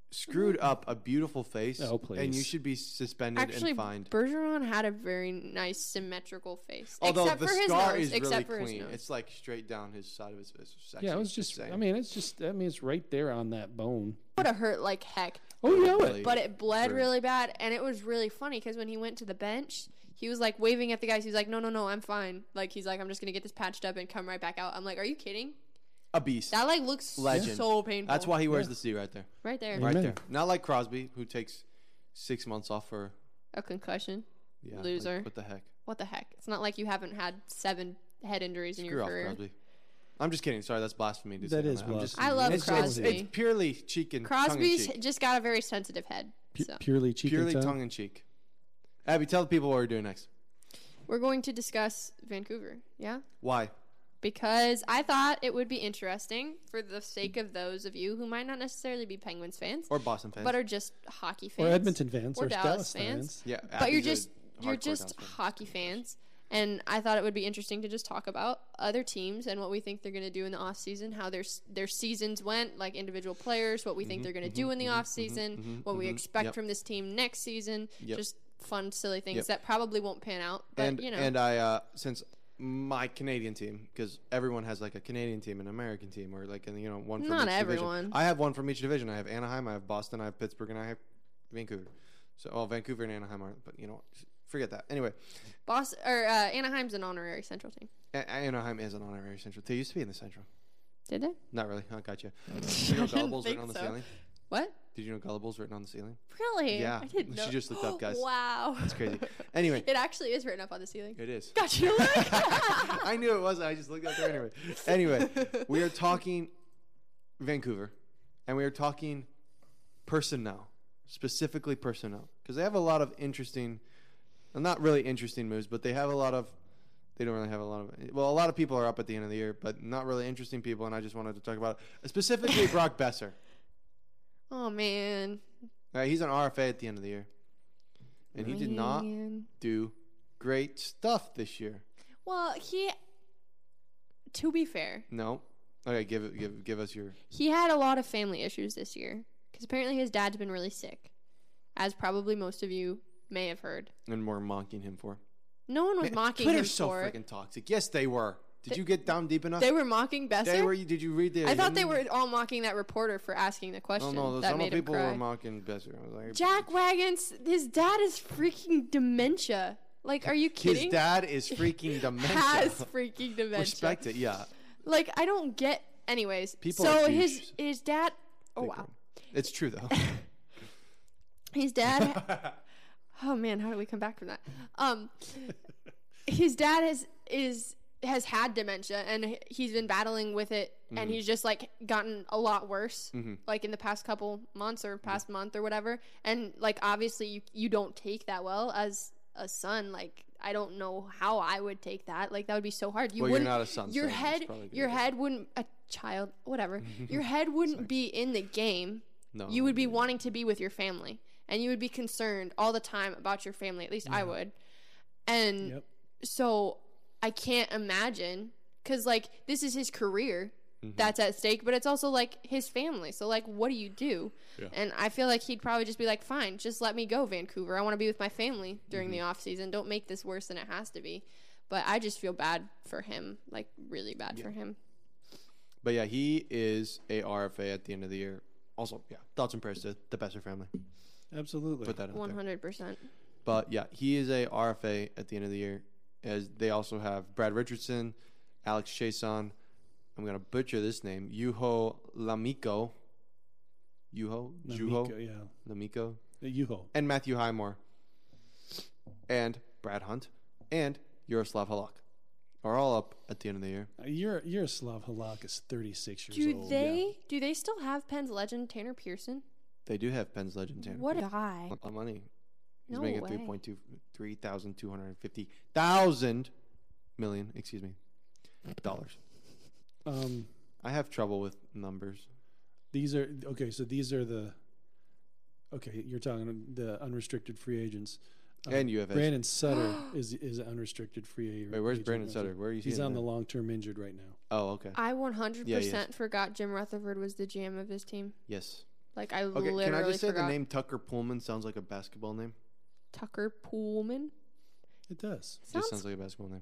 S1: screwed up a beautiful face,
S3: Oh,
S1: and you
S3: please.
S1: should be suspended
S2: Actually,
S1: and fined.
S2: Bergeron had a very nice symmetrical face,
S1: Although
S2: except
S1: the
S2: for his
S1: scar
S2: nose.
S1: is really
S2: except for his
S1: clean,
S2: nose.
S1: it's like straight down his side of his face. Sexy.
S3: yeah, it was
S1: It's
S3: just. I
S1: insane.
S3: mean, it's just. I mean, it's right there on that bone.
S2: would have hurt like heck.
S3: Oh, you know
S1: Really.
S3: it.
S2: But it bled
S1: Sure.
S2: really bad, and it was really funny because when he went to the bench, he was like waving at the guys. He was like, "No, no, no, I'm fine." Like he's like, "I'm just gonna get this patched up and come right back out." I'm like, "Are you kidding?
S1: a beast.
S2: That like looks
S1: Legend.
S2: so painful."
S1: That's why he wears the C right there,
S2: right there,
S1: right
S3: Amen.
S1: there. Not like Crosby, who takes six months off for
S2: a concussion.
S1: yeah, like,
S2: Loser.
S1: what the heck?
S2: What the heck? It's not like you haven't had seven head injuries in
S1: Screw
S2: your
S1: off,
S2: career.
S1: Crosby. I'm just kidding. Sorry, that's blasphemy. To
S3: That
S1: say
S3: is
S1: I'm just-
S3: blasphemy.
S2: I love
S1: it's,
S2: Crosby.
S1: It's, it's purely cheek and tongue in
S2: Crosby's
S1: cheek.
S2: just got a very sensitive head.
S3: Pu-
S2: So.
S3: purely cheek
S1: purely
S3: and tongue.
S1: tongue in cheek. Abby, tell the people what we're doing next.
S2: We're going to discuss Vancouver, yeah?
S1: Why?
S2: Because I thought it would be interesting for the sake of those of you who might not necessarily be Penguins fans,
S1: Or Boston fans?
S2: but are just hockey fans,
S3: or Edmonton fans
S2: or
S3: or,
S2: Dallas
S3: Dallas,
S2: fans.
S3: fans.
S1: yeah,
S2: but
S1: Abby's
S2: you're
S1: a
S2: just you're
S1: hardcore
S2: just
S1: Dallas fan.
S2: hockey fans. And I thought it would be interesting to just talk about other teams and what we think they're going to do in the off season, how their s- their seasons went, like individual
S1: Mm-hmm,
S2: players, what we think they're going to do in the off season, what we expect
S1: yep.
S2: from this team next season,
S1: Yep.
S2: just fun, silly things
S1: Yep.
S2: that probably won't pan out. But
S1: and
S2: you know,
S1: and I uh, since my Canadian team because everyone has like a Canadian team and an American team or like and you know one from
S2: Not
S1: each
S2: everyone.
S1: division. I have one from each division. I have Anaheim, I have Boston, I have Pittsburgh, and I have Vancouver. So oh, Vancouver and Anaheim are, but you know, forget that. Anyway,
S2: Boss or uh, Anaheim's an honorary Central team.
S1: A- Anaheim is an honorary Central. They used to be in the Central.
S2: Did they?
S1: Not really. I got you. Did you know Gullible's
S2: think
S1: written on the
S2: so.
S1: ceiling?
S2: What?
S1: Did you know Gullible's written on the ceiling?
S2: Really?
S1: Yeah.
S2: I didn't
S1: She
S2: know.
S1: just looked up, guys.
S2: wow. That's
S1: crazy. Anyway.
S2: it actually is written up on the ceiling.
S1: It is.
S2: Got you. Luke.
S1: I knew it wasn't. I just looked out there anyway. Anyway, we are talking Vancouver, and we are talking personnel, specifically personnel, because they have a lot of interesting, well, not really interesting moves, but they have a lot of. They don't really have a lot of. Well, a lot of people are up at the end of the year, but not really interesting people. And I just wanted to talk about specifically Brock Besser.
S2: oh man.
S1: All right, he's an RFA at the end of the year, and he did not
S2: Man.
S1: do great stuff this year.
S2: Well, he. To be fair,
S1: No. Okay, give it. Give give us your.
S2: he had a lot of family issues this year because apparently his dad's been really sick, as probably most of you may have heard.
S1: And we're mocking him for.
S2: No one was
S1: Man,
S2: mocking
S1: Twitter's
S2: him
S1: so
S2: for it.
S1: freaking toxic. Yes, they were. Did you get down deep enough?
S2: They were mocking Besser.
S1: They were. Did you read the? um,
S2: I thought they were all mocking that reporter for asking the
S1: No,
S2: question.
S1: no. those-
S2: that
S1: Some
S2: made him
S1: people were
S2: cry.
S1: mocking Besser. I was like,
S2: Jack Wagons, his dad is freaking dementia. Like, are you
S1: his
S2: kidding?
S1: dad is freaking dementia.
S2: has freaking dementia.
S1: Respect it. Yeah.
S2: Like, I don't get. Anyways,
S1: People
S2: so
S1: are
S2: his
S1: douches.
S2: his dad. Oh
S1: Big
S2: wow,
S1: one. It's true though.
S2: his dad. oh man, how do we come back from that? Um, his dad has is has had dementia and h- he's been battling with it
S1: Mm-hmm.
S2: and he's just like gotten a lot worse like in the past couple months or past month or whatever and like obviously you you don't take that well as a son like I don't know how I would take that like that would be so hard you
S1: Well, you're
S2: wouldn't
S1: not a son,
S2: your
S1: so it's
S2: head
S1: probably a good
S2: your
S1: idea.
S2: head wouldn't a child whatever your head wouldn't be in the game
S1: No.
S2: you would be wanting to be with your family and you would be concerned all the time about your family at least i would and
S3: Yep.
S2: so i can't imagine because like this is his career that's at stake but it's also like his family so like what do you do and i feel like he'd probably just be like fine just let me go vancouver i want to be with my family during the off season don't make this worse than it has to be but i just feel bad for him like really bad for him
S1: But yeah, he is a RFA at the end of the year. Also, yeah, thoughts and prayers to the Besser family.
S3: Absolutely.
S1: Put that out there.
S2: 100%
S1: But yeah, he is a RFA at the end of the year. As they also have Brad Richardson, Alex Chason. I'm gonna butcher this name. Yuho Lamico. Yuho,
S3: Namiko,
S1: Juho,
S3: yeah.
S1: Lamico,
S3: Uh, Yuho.
S1: and Matthew Highmore, and Brad Hunt, and Yaroslav Halak are all up at the end of the year.
S3: Uh, Yur- Yaroslav Halak is 36 years
S2: Do
S3: old.
S2: they do they still have Penn's legend Tanner Pearson?
S1: They do have Penn's legend Tanner.
S2: What a guy!
S1: A lot of money? He's
S2: No
S1: making
S2: way.
S1: three point two, three thousand two hundred fifty thousand million. Excuse me, dollars.
S3: Um,
S1: I have trouble with numbers.
S3: these are okay. So these are the okay. You're talking the unrestricted free agents. Um,
S1: And UFAs.
S3: Brandon Sutter is is an unrestricted free agent.
S1: Wait, where's
S3: agent
S1: Brandon
S3: right
S1: Sutter?
S3: now.
S1: Where are you
S3: He's
S1: seeing
S3: on the
S1: that?
S3: long term injured right now.
S1: Oh, okay.
S2: I 100%
S1: Yeah, he
S2: forgot Jim Rutherford was the GM of this team.
S1: Yes.
S2: Like I
S1: Okay.
S2: literally
S1: Can I just say
S2: forgot.
S1: the name Tucker Pullman sounds like a basketball name?
S2: Tucker Poolman.
S3: It does.
S2: Sounds,
S1: just sounds like a basketball name.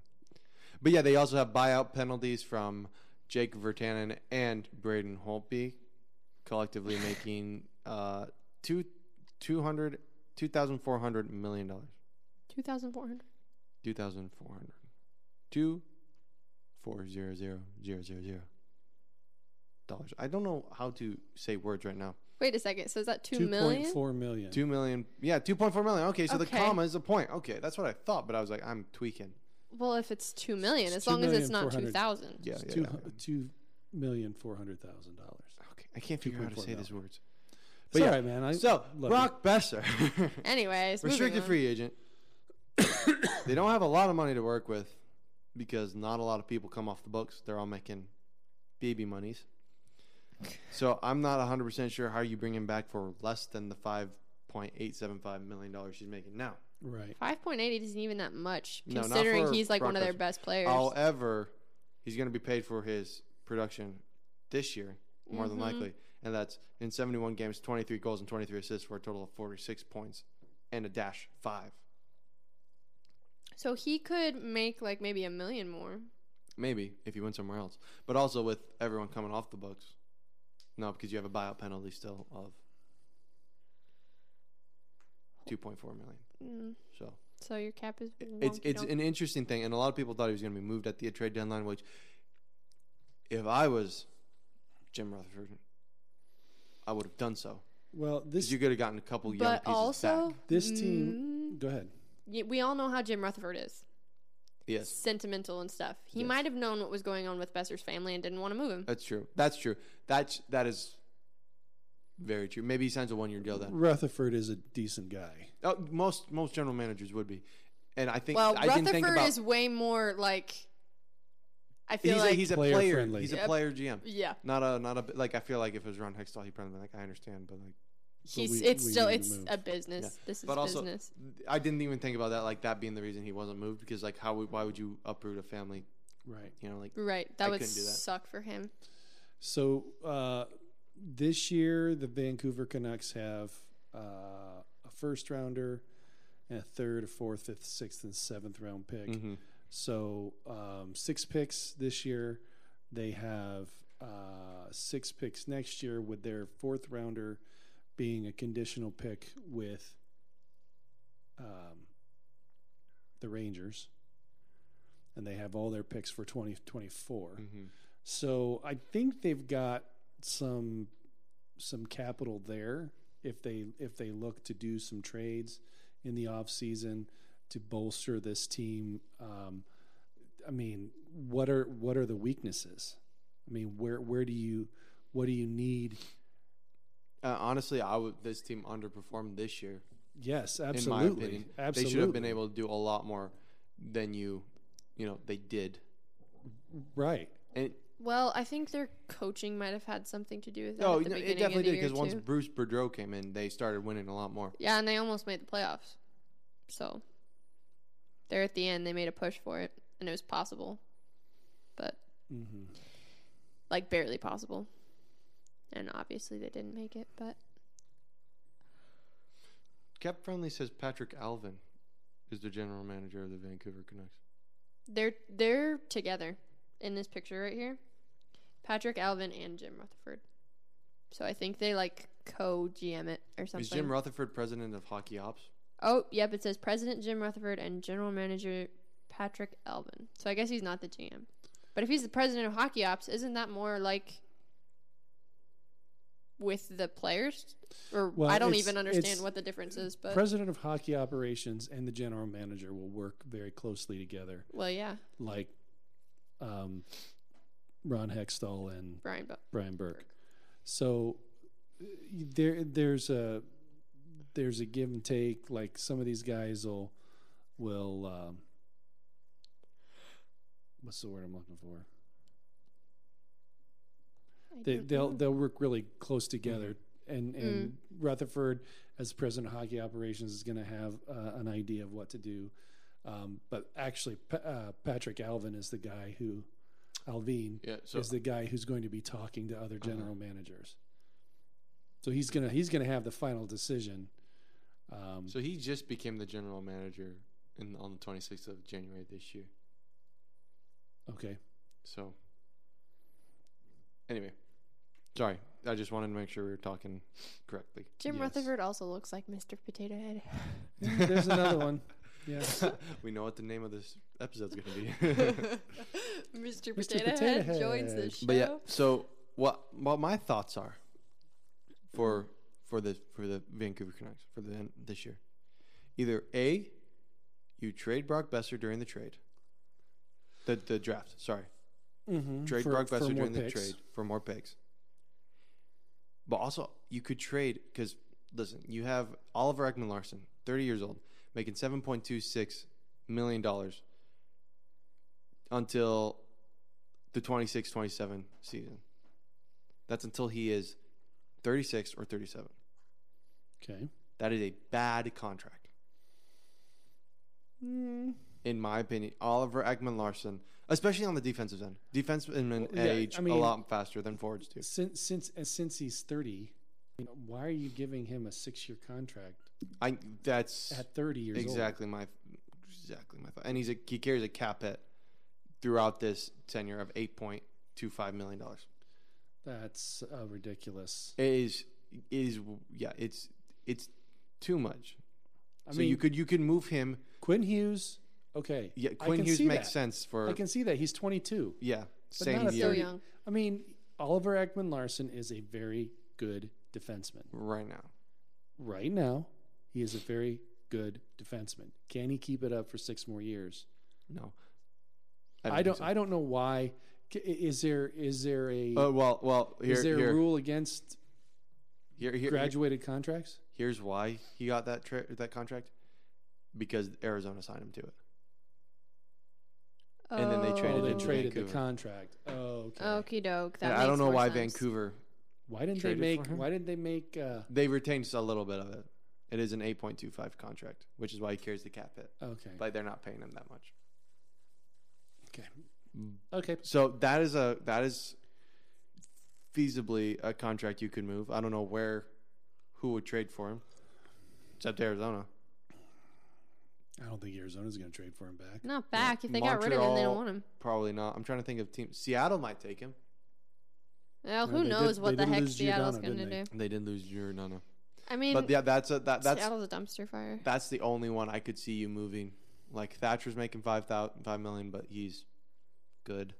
S1: But yeah, they also have buyout penalties from Jake Vertanen and Braden Holtby, collectively making uh two two hundred two thousand four hundred million dollars.
S2: 2,400.
S1: Two thousand four hundred. Two four zero zero zero zero zero dollars. I don't know how to say words right now.
S2: Wait a second. So is that two
S3: Two point
S2: million?
S3: four million.
S1: Two million. Yeah, two point four million. Okay, so the
S2: Okay.
S1: comma is a point. Okay, that's what I thought, but I was like, I'm tweaking.
S2: Well, if it's two million,
S3: It's
S2: as long as it's not
S3: 2,400,000.
S2: 2,000.
S1: Yeah,
S3: It's
S1: yeah,
S3: two
S1: yeah.
S3: hu- two million four hundred thousand dollars.
S1: Okay, I can't figure out how to
S3: 2.4
S1: say
S3: million.
S1: these words.
S3: It's all
S1: yeah,
S3: right, man. I
S1: So
S3: love it.
S1: Brock Besser,
S2: Anyways, moving
S1: restricted
S2: on.
S1: free agent. they don't have a lot of money to work with because not a lot of people come off the books. They're all making baby monies. So I'm not 100% sure how you bring him back for less than the 5.875 million dollars she's making now.
S3: Right.
S2: 5.8 isn't even that much,
S1: No, not
S2: considering
S1: for
S2: he's like
S1: Brock
S2: one of their
S1: Besser.
S2: best players.
S1: However, he's going to be paid for his production this year, more than
S2: Mm-hmm.
S1: likely. And that's in 71 games, 23 goals and 23 assists for a total of 46 points and a dash five.
S2: So he could make like maybe a million more.
S1: Maybe if you went somewhere else, but also with everyone coming off the books. No, because you have a buyout penalty still of two point four million.
S2: Mm,
S1: So
S2: so your cap is.
S1: it's it's
S2: wonky-donk.
S1: an interesting thing, and a lot of people thought he was going to be moved at the trade deadline. Which, if I was Jim Rutherford, I would have done so.
S3: Well,
S1: 'Cause
S3: this
S1: you could have gotten a couple young
S2: but
S1: pieces
S2: also mm,
S1: back.
S3: This
S1: Mm.
S3: team- go ahead.
S2: y- we all know how Jim Rutherford is.
S1: Yes,
S2: sentimental and stuff. He
S1: Yes.
S2: might have known what was going on with Besser's family and didn't want to move him.
S1: that's true. That's true. That's that is very true. Maybe he signs a one year deal then.
S3: Rutherford is a decent guy.
S1: Oh, most most general managers would be, and I think
S2: well,
S1: I didn't think
S2: Rutherford
S1: about.
S2: is way more like I feel
S1: he's
S2: like
S1: a, he's a
S3: Player
S1: player.
S3: friendly.
S1: He's a
S2: Yep.
S1: player GM.
S2: yeah,
S1: Not a not a like. I feel like if it was Ron Hextall, he'd probably been like, I understand, but like.
S2: he's
S3: we-
S2: it's
S3: we
S2: still
S3: need to
S2: it's
S3: move.
S2: a business. This is
S1: But also,
S2: business.
S1: I didn't even think about that, like that being the reason he wasn't moved. Because like, how would, why would you uproot a family?
S3: Right.
S1: You know, like
S2: Right, that
S1: I
S2: would
S1: couldn't do that.
S2: suck for him.
S3: So uh, this year, the Vancouver Canucks have uh, a first rounder, and a third, a fourth, fifth, sixth, and seventh round pick.
S1: Mm-hmm.
S3: So um, six picks this year. They have uh, six picks next year, with their fourth rounder being a conditional pick with um, the Rangers. And they have all their picks for 2024.
S1: Mm-hmm.
S3: So I think they've got some some capital there if they if they look to do some trades in the off season to bolster this team. Um, I mean, what are what are the weaknesses? I mean, where where do you what do you need?
S1: uh, honestly, I would. This team underperformed this year,
S3: Yes,
S1: in my
S3: absolutely.
S1: opinion.
S3: absolutely.
S1: They should have been able to do a lot more than you, you know, they did.
S3: right.
S1: And
S2: Well, I think their coaching might have had something to do with that.
S1: no,
S2: at
S1: oh,
S2: the
S1: no,
S2: beginning
S1: it definitely
S2: of the
S1: did because once
S2: too.
S1: Bruce Boudreau came in, they started winning a lot more.
S2: yeah, and they almost made the playoffs. So they're at the end. They made a push for it, and it was possible, but
S3: hmm
S2: like barely possible. And obviously they didn't make it, but
S1: Cap Friendly says Patrick Alvin is the general manager of the Vancouver Canucks.
S2: they're they're together in this picture right here. Patrick Alvin and Jim Rutherford. So I think they like co GM it or something.
S1: Is Jim Rutherford president of hockey ops?
S2: oh, yep, it says President Jim Rutherford and General Manager Patrick Alvin. So I guess he's not the GM. But if he's the president of hockey ops, isn't that more like with the players? Or
S3: Well,
S2: I don't
S3: it's-
S2: even
S3: it's-
S2: understand what the difference is, but
S3: President of hockey operations and the general manager will work very closely together,
S2: well, yeah,
S3: like um, Ron Hextall and
S2: Brian. But
S3: Brian Burke. So uh, there there's a there's a give and take. Like some of these guys will will um, what's the word I'm looking for? They they'll
S2: Mm-hmm.
S3: they'll work really close together. And and Rutherford, as president of hockey operations, is going to have uh, an idea of what to do. Um, but actually, Pa- uh, Patrick Alvin is the guy who Alvin
S1: Yeah. So Uh-huh.
S3: is the guy who's going to be talking to other general managers. So he's gonna he's gonna have the final decision. Um,
S1: So he just became the general manager in on the 26th of January this year.
S3: okay,
S1: So anyway, sorry, I just wanted to make sure we were talking correctly.
S2: Jim
S3: Yes.
S2: Rutherford also looks like Mr. Potato Head.
S3: there's another one. Yeah,
S1: we know what the name of this episode's going to be.
S2: Mr.
S3: Potato
S2: Potato,
S3: Head
S2: Head, joins the show.
S1: but yeah, so what what my thoughts are for for the for the Vancouver Canucks for the end this year. Either A, you trade Brock Besser during the trade. The the draft, sorry.
S3: mm-hmm.
S1: trade Brock Besser during the trade for more picks. But also, you could trade because listen, you have Oliver Ekman Larson, thirty years old, making seven point two six million dollars until the 26-27 season. That's until he is thirty six or thirty seven.
S3: Okay,
S1: That is a bad contract.
S3: Hmm.
S1: In my opinion, Oliver Ekman Larson, especially on the defensive end, defensemen
S3: Well, yeah,
S1: age
S3: I mean-
S1: a lot faster than forwards do.
S3: since since uh, since he's thirty, you know, why are you giving him a six year contract
S1: I that's
S3: at thirty years old?
S1: exactly my exactly my thought. And he's a, he carries a cap hit throughout this tenure of eight point two five million dollars.
S3: That's uh, ridiculous.
S1: It is it is yeah, it's it's too much.
S3: I
S1: so
S3: mean,
S1: you could you could move him.
S3: Quinn Hughes. Okay.
S1: Yeah,
S3: I
S1: Quinn
S3: can
S1: Hughes
S3: see
S1: makes
S3: that.
S1: sense for
S3: I can see that he's 22.
S1: yeah
S3: But
S1: same
S3: not a
S1: year
S2: So
S3: thirty-
S2: young.
S3: I mean, Oliver Ekman Larson is a very good defenseman.
S1: right now.
S3: Right now, he is a very good defenseman. Can he keep it up for six more years?
S1: No,
S3: I
S1: think
S3: don't.
S1: so.
S3: I don't know why. C- Is there is there a
S1: Oh well, well here
S3: is there
S1: here,
S3: a rule against
S1: here, here,
S3: graduated contracts?
S1: Here's why he got that tra- that contract because Arizona signed him to it. And then they
S3: Oh,
S1: Traded
S3: they
S1: him to
S3: traded the
S1: Vancouver.
S3: contract. Oh, okay.
S2: Okie doke.
S1: And
S2: That
S1: I don't
S2: makes
S1: know
S2: more
S1: why
S2: sense.
S1: Vancouver
S3: Why didn't they
S1: Traded
S3: make?
S1: for him?
S3: Why didn't they make? Uh,
S1: they retained a little bit of it. It is an 8.25 contract, which is why he carries the cap hit.
S3: okay.
S1: But they're not paying him that much.
S3: okay. Okay.
S1: So that is a that is feasibly a contract you could move. I don't know where who would trade for him except Arizona.
S3: I don't think Arizona's going to trade for him back.
S2: Not back. If they got rid of him, they don't
S1: Montreal-
S2: want him.
S1: Probably not. I'm trying to think of teams. Seattle might take him.
S2: Well,
S3: No,
S2: who
S3: they did-
S2: knows
S3: they
S2: what the
S3: did
S2: heck
S3: lose
S2: Seattle's
S3: Giordano,
S2: going to
S3: didn't they?
S2: do?
S1: They did lose Giordano.
S2: I mean,
S1: But yeah, that's a, that that's
S2: Seattle's a dumpster fire.
S1: that's the only one I could see you moving. Like Thatcher's making five thousand five million, but he's good.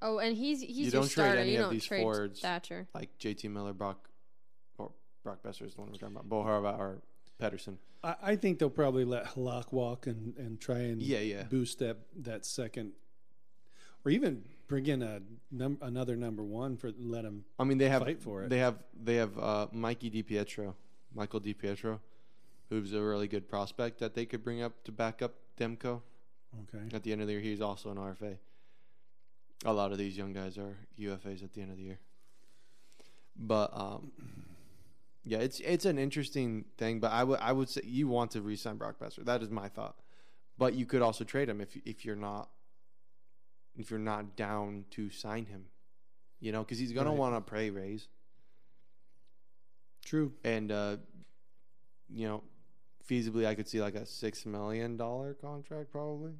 S2: Oh, and he's he's your
S1: don't trade
S2: starter.
S1: any
S2: you
S1: of
S2: don't
S1: these
S2: trade
S1: forwards.
S2: Thatcher.
S1: Like JT Miller, Brock, or Brock Besser is the one we're talking about. Bo Horvat or Pedersen.
S3: I, I think they'll probably let Halak walk and, and try and
S1: Yeah, yeah.
S3: boost that that second, or even bring in a num- another number one for let him.
S1: I mean, they have
S3: Fight for it.
S1: they have they have uh, Mikey DiPietro, Michael DiPietro, who's a really good prospect that they could bring up to back up Demko
S3: Okay,
S1: at the end of the year. He's also an RFA. A lot of these young guys are UFAs at the end of the year. But um, yeah, it's it's an interesting thing. But I would I would say you want to re-sign Brock Besser. That is my thought. But you could also trade him if if you're not if you're not down to sign him, you know, because he's gonna
S3: Right.
S1: want a pay raise
S3: true.
S1: and uh, you know, feasibly I could see like a six million dollar contract probably,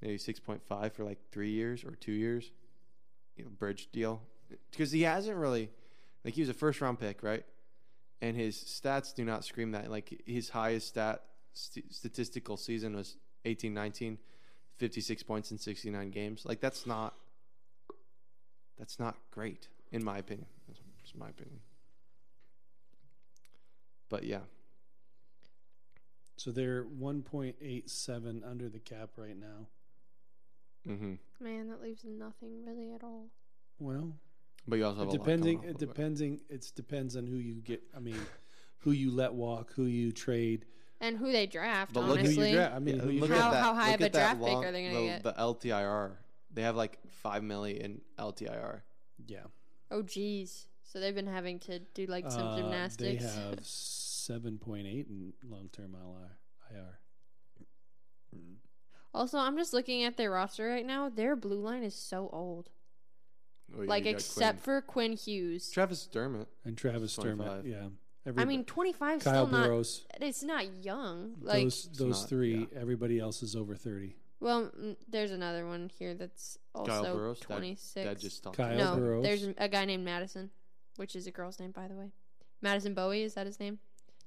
S1: maybe six point five for like three years or two years, you know, bridge deal because he hasn't really like he was a first round pick right, and his stats do not scream that like his highest stat st- statistical season was 18 19 56 points in 69 games like that's not that's not great in my opinion that's, that's my opinion but yeah
S3: So they're one point eight seven under the cap right now.
S1: Mm-hmm.
S2: Man, that leaves nothing really at all.
S3: Well,
S1: But you also have
S3: depending,
S1: a lot coming
S3: it
S1: off of it.
S3: depending, it depends on who you get. I mean, who you let walk, who you trade,
S2: And who they draft,
S1: But look at-
S3: and who
S2: honestly.
S3: you draft. I mean,
S1: Yeah,
S3: who you
S1: look
S2: How-
S1: at
S3: draft.
S1: that-
S2: how high
S1: look
S2: of a
S1: at that
S2: draft pick are they gonna
S1: the,
S2: get?
S1: The LTIR, they have like five milli in LTIR.
S3: yeah,
S2: Oh, geez. So they've been having to do like some
S3: Uh,
S2: gymnastics.
S3: They have seven point eight in long term IR.
S2: also, I'm just looking at their roster right now. Their blue line is so old.
S1: Oh, you
S2: like,
S1: got
S2: except
S1: Quinn.
S2: for Quinn Hughes.
S1: Travis Dermott.
S3: And Travis Dermott,
S1: 25.
S3: yeah.
S2: I
S3: Everybody-
S2: mean, 25 still
S3: Kyle
S2: not.
S3: Burrows,
S2: It's not young. Like,
S3: those those
S1: not-
S3: three.
S1: yeah.
S3: Everybody else is over thirty.
S2: well, mm, there's another one here that's also
S1: Kyle Burrows. That-
S2: 26.
S1: That, just talked.
S3: Kyle
S2: no,
S3: Burrows.
S2: there's a guy named Madison, which is a girl's name, by the way. Madison Bowie, is that his name?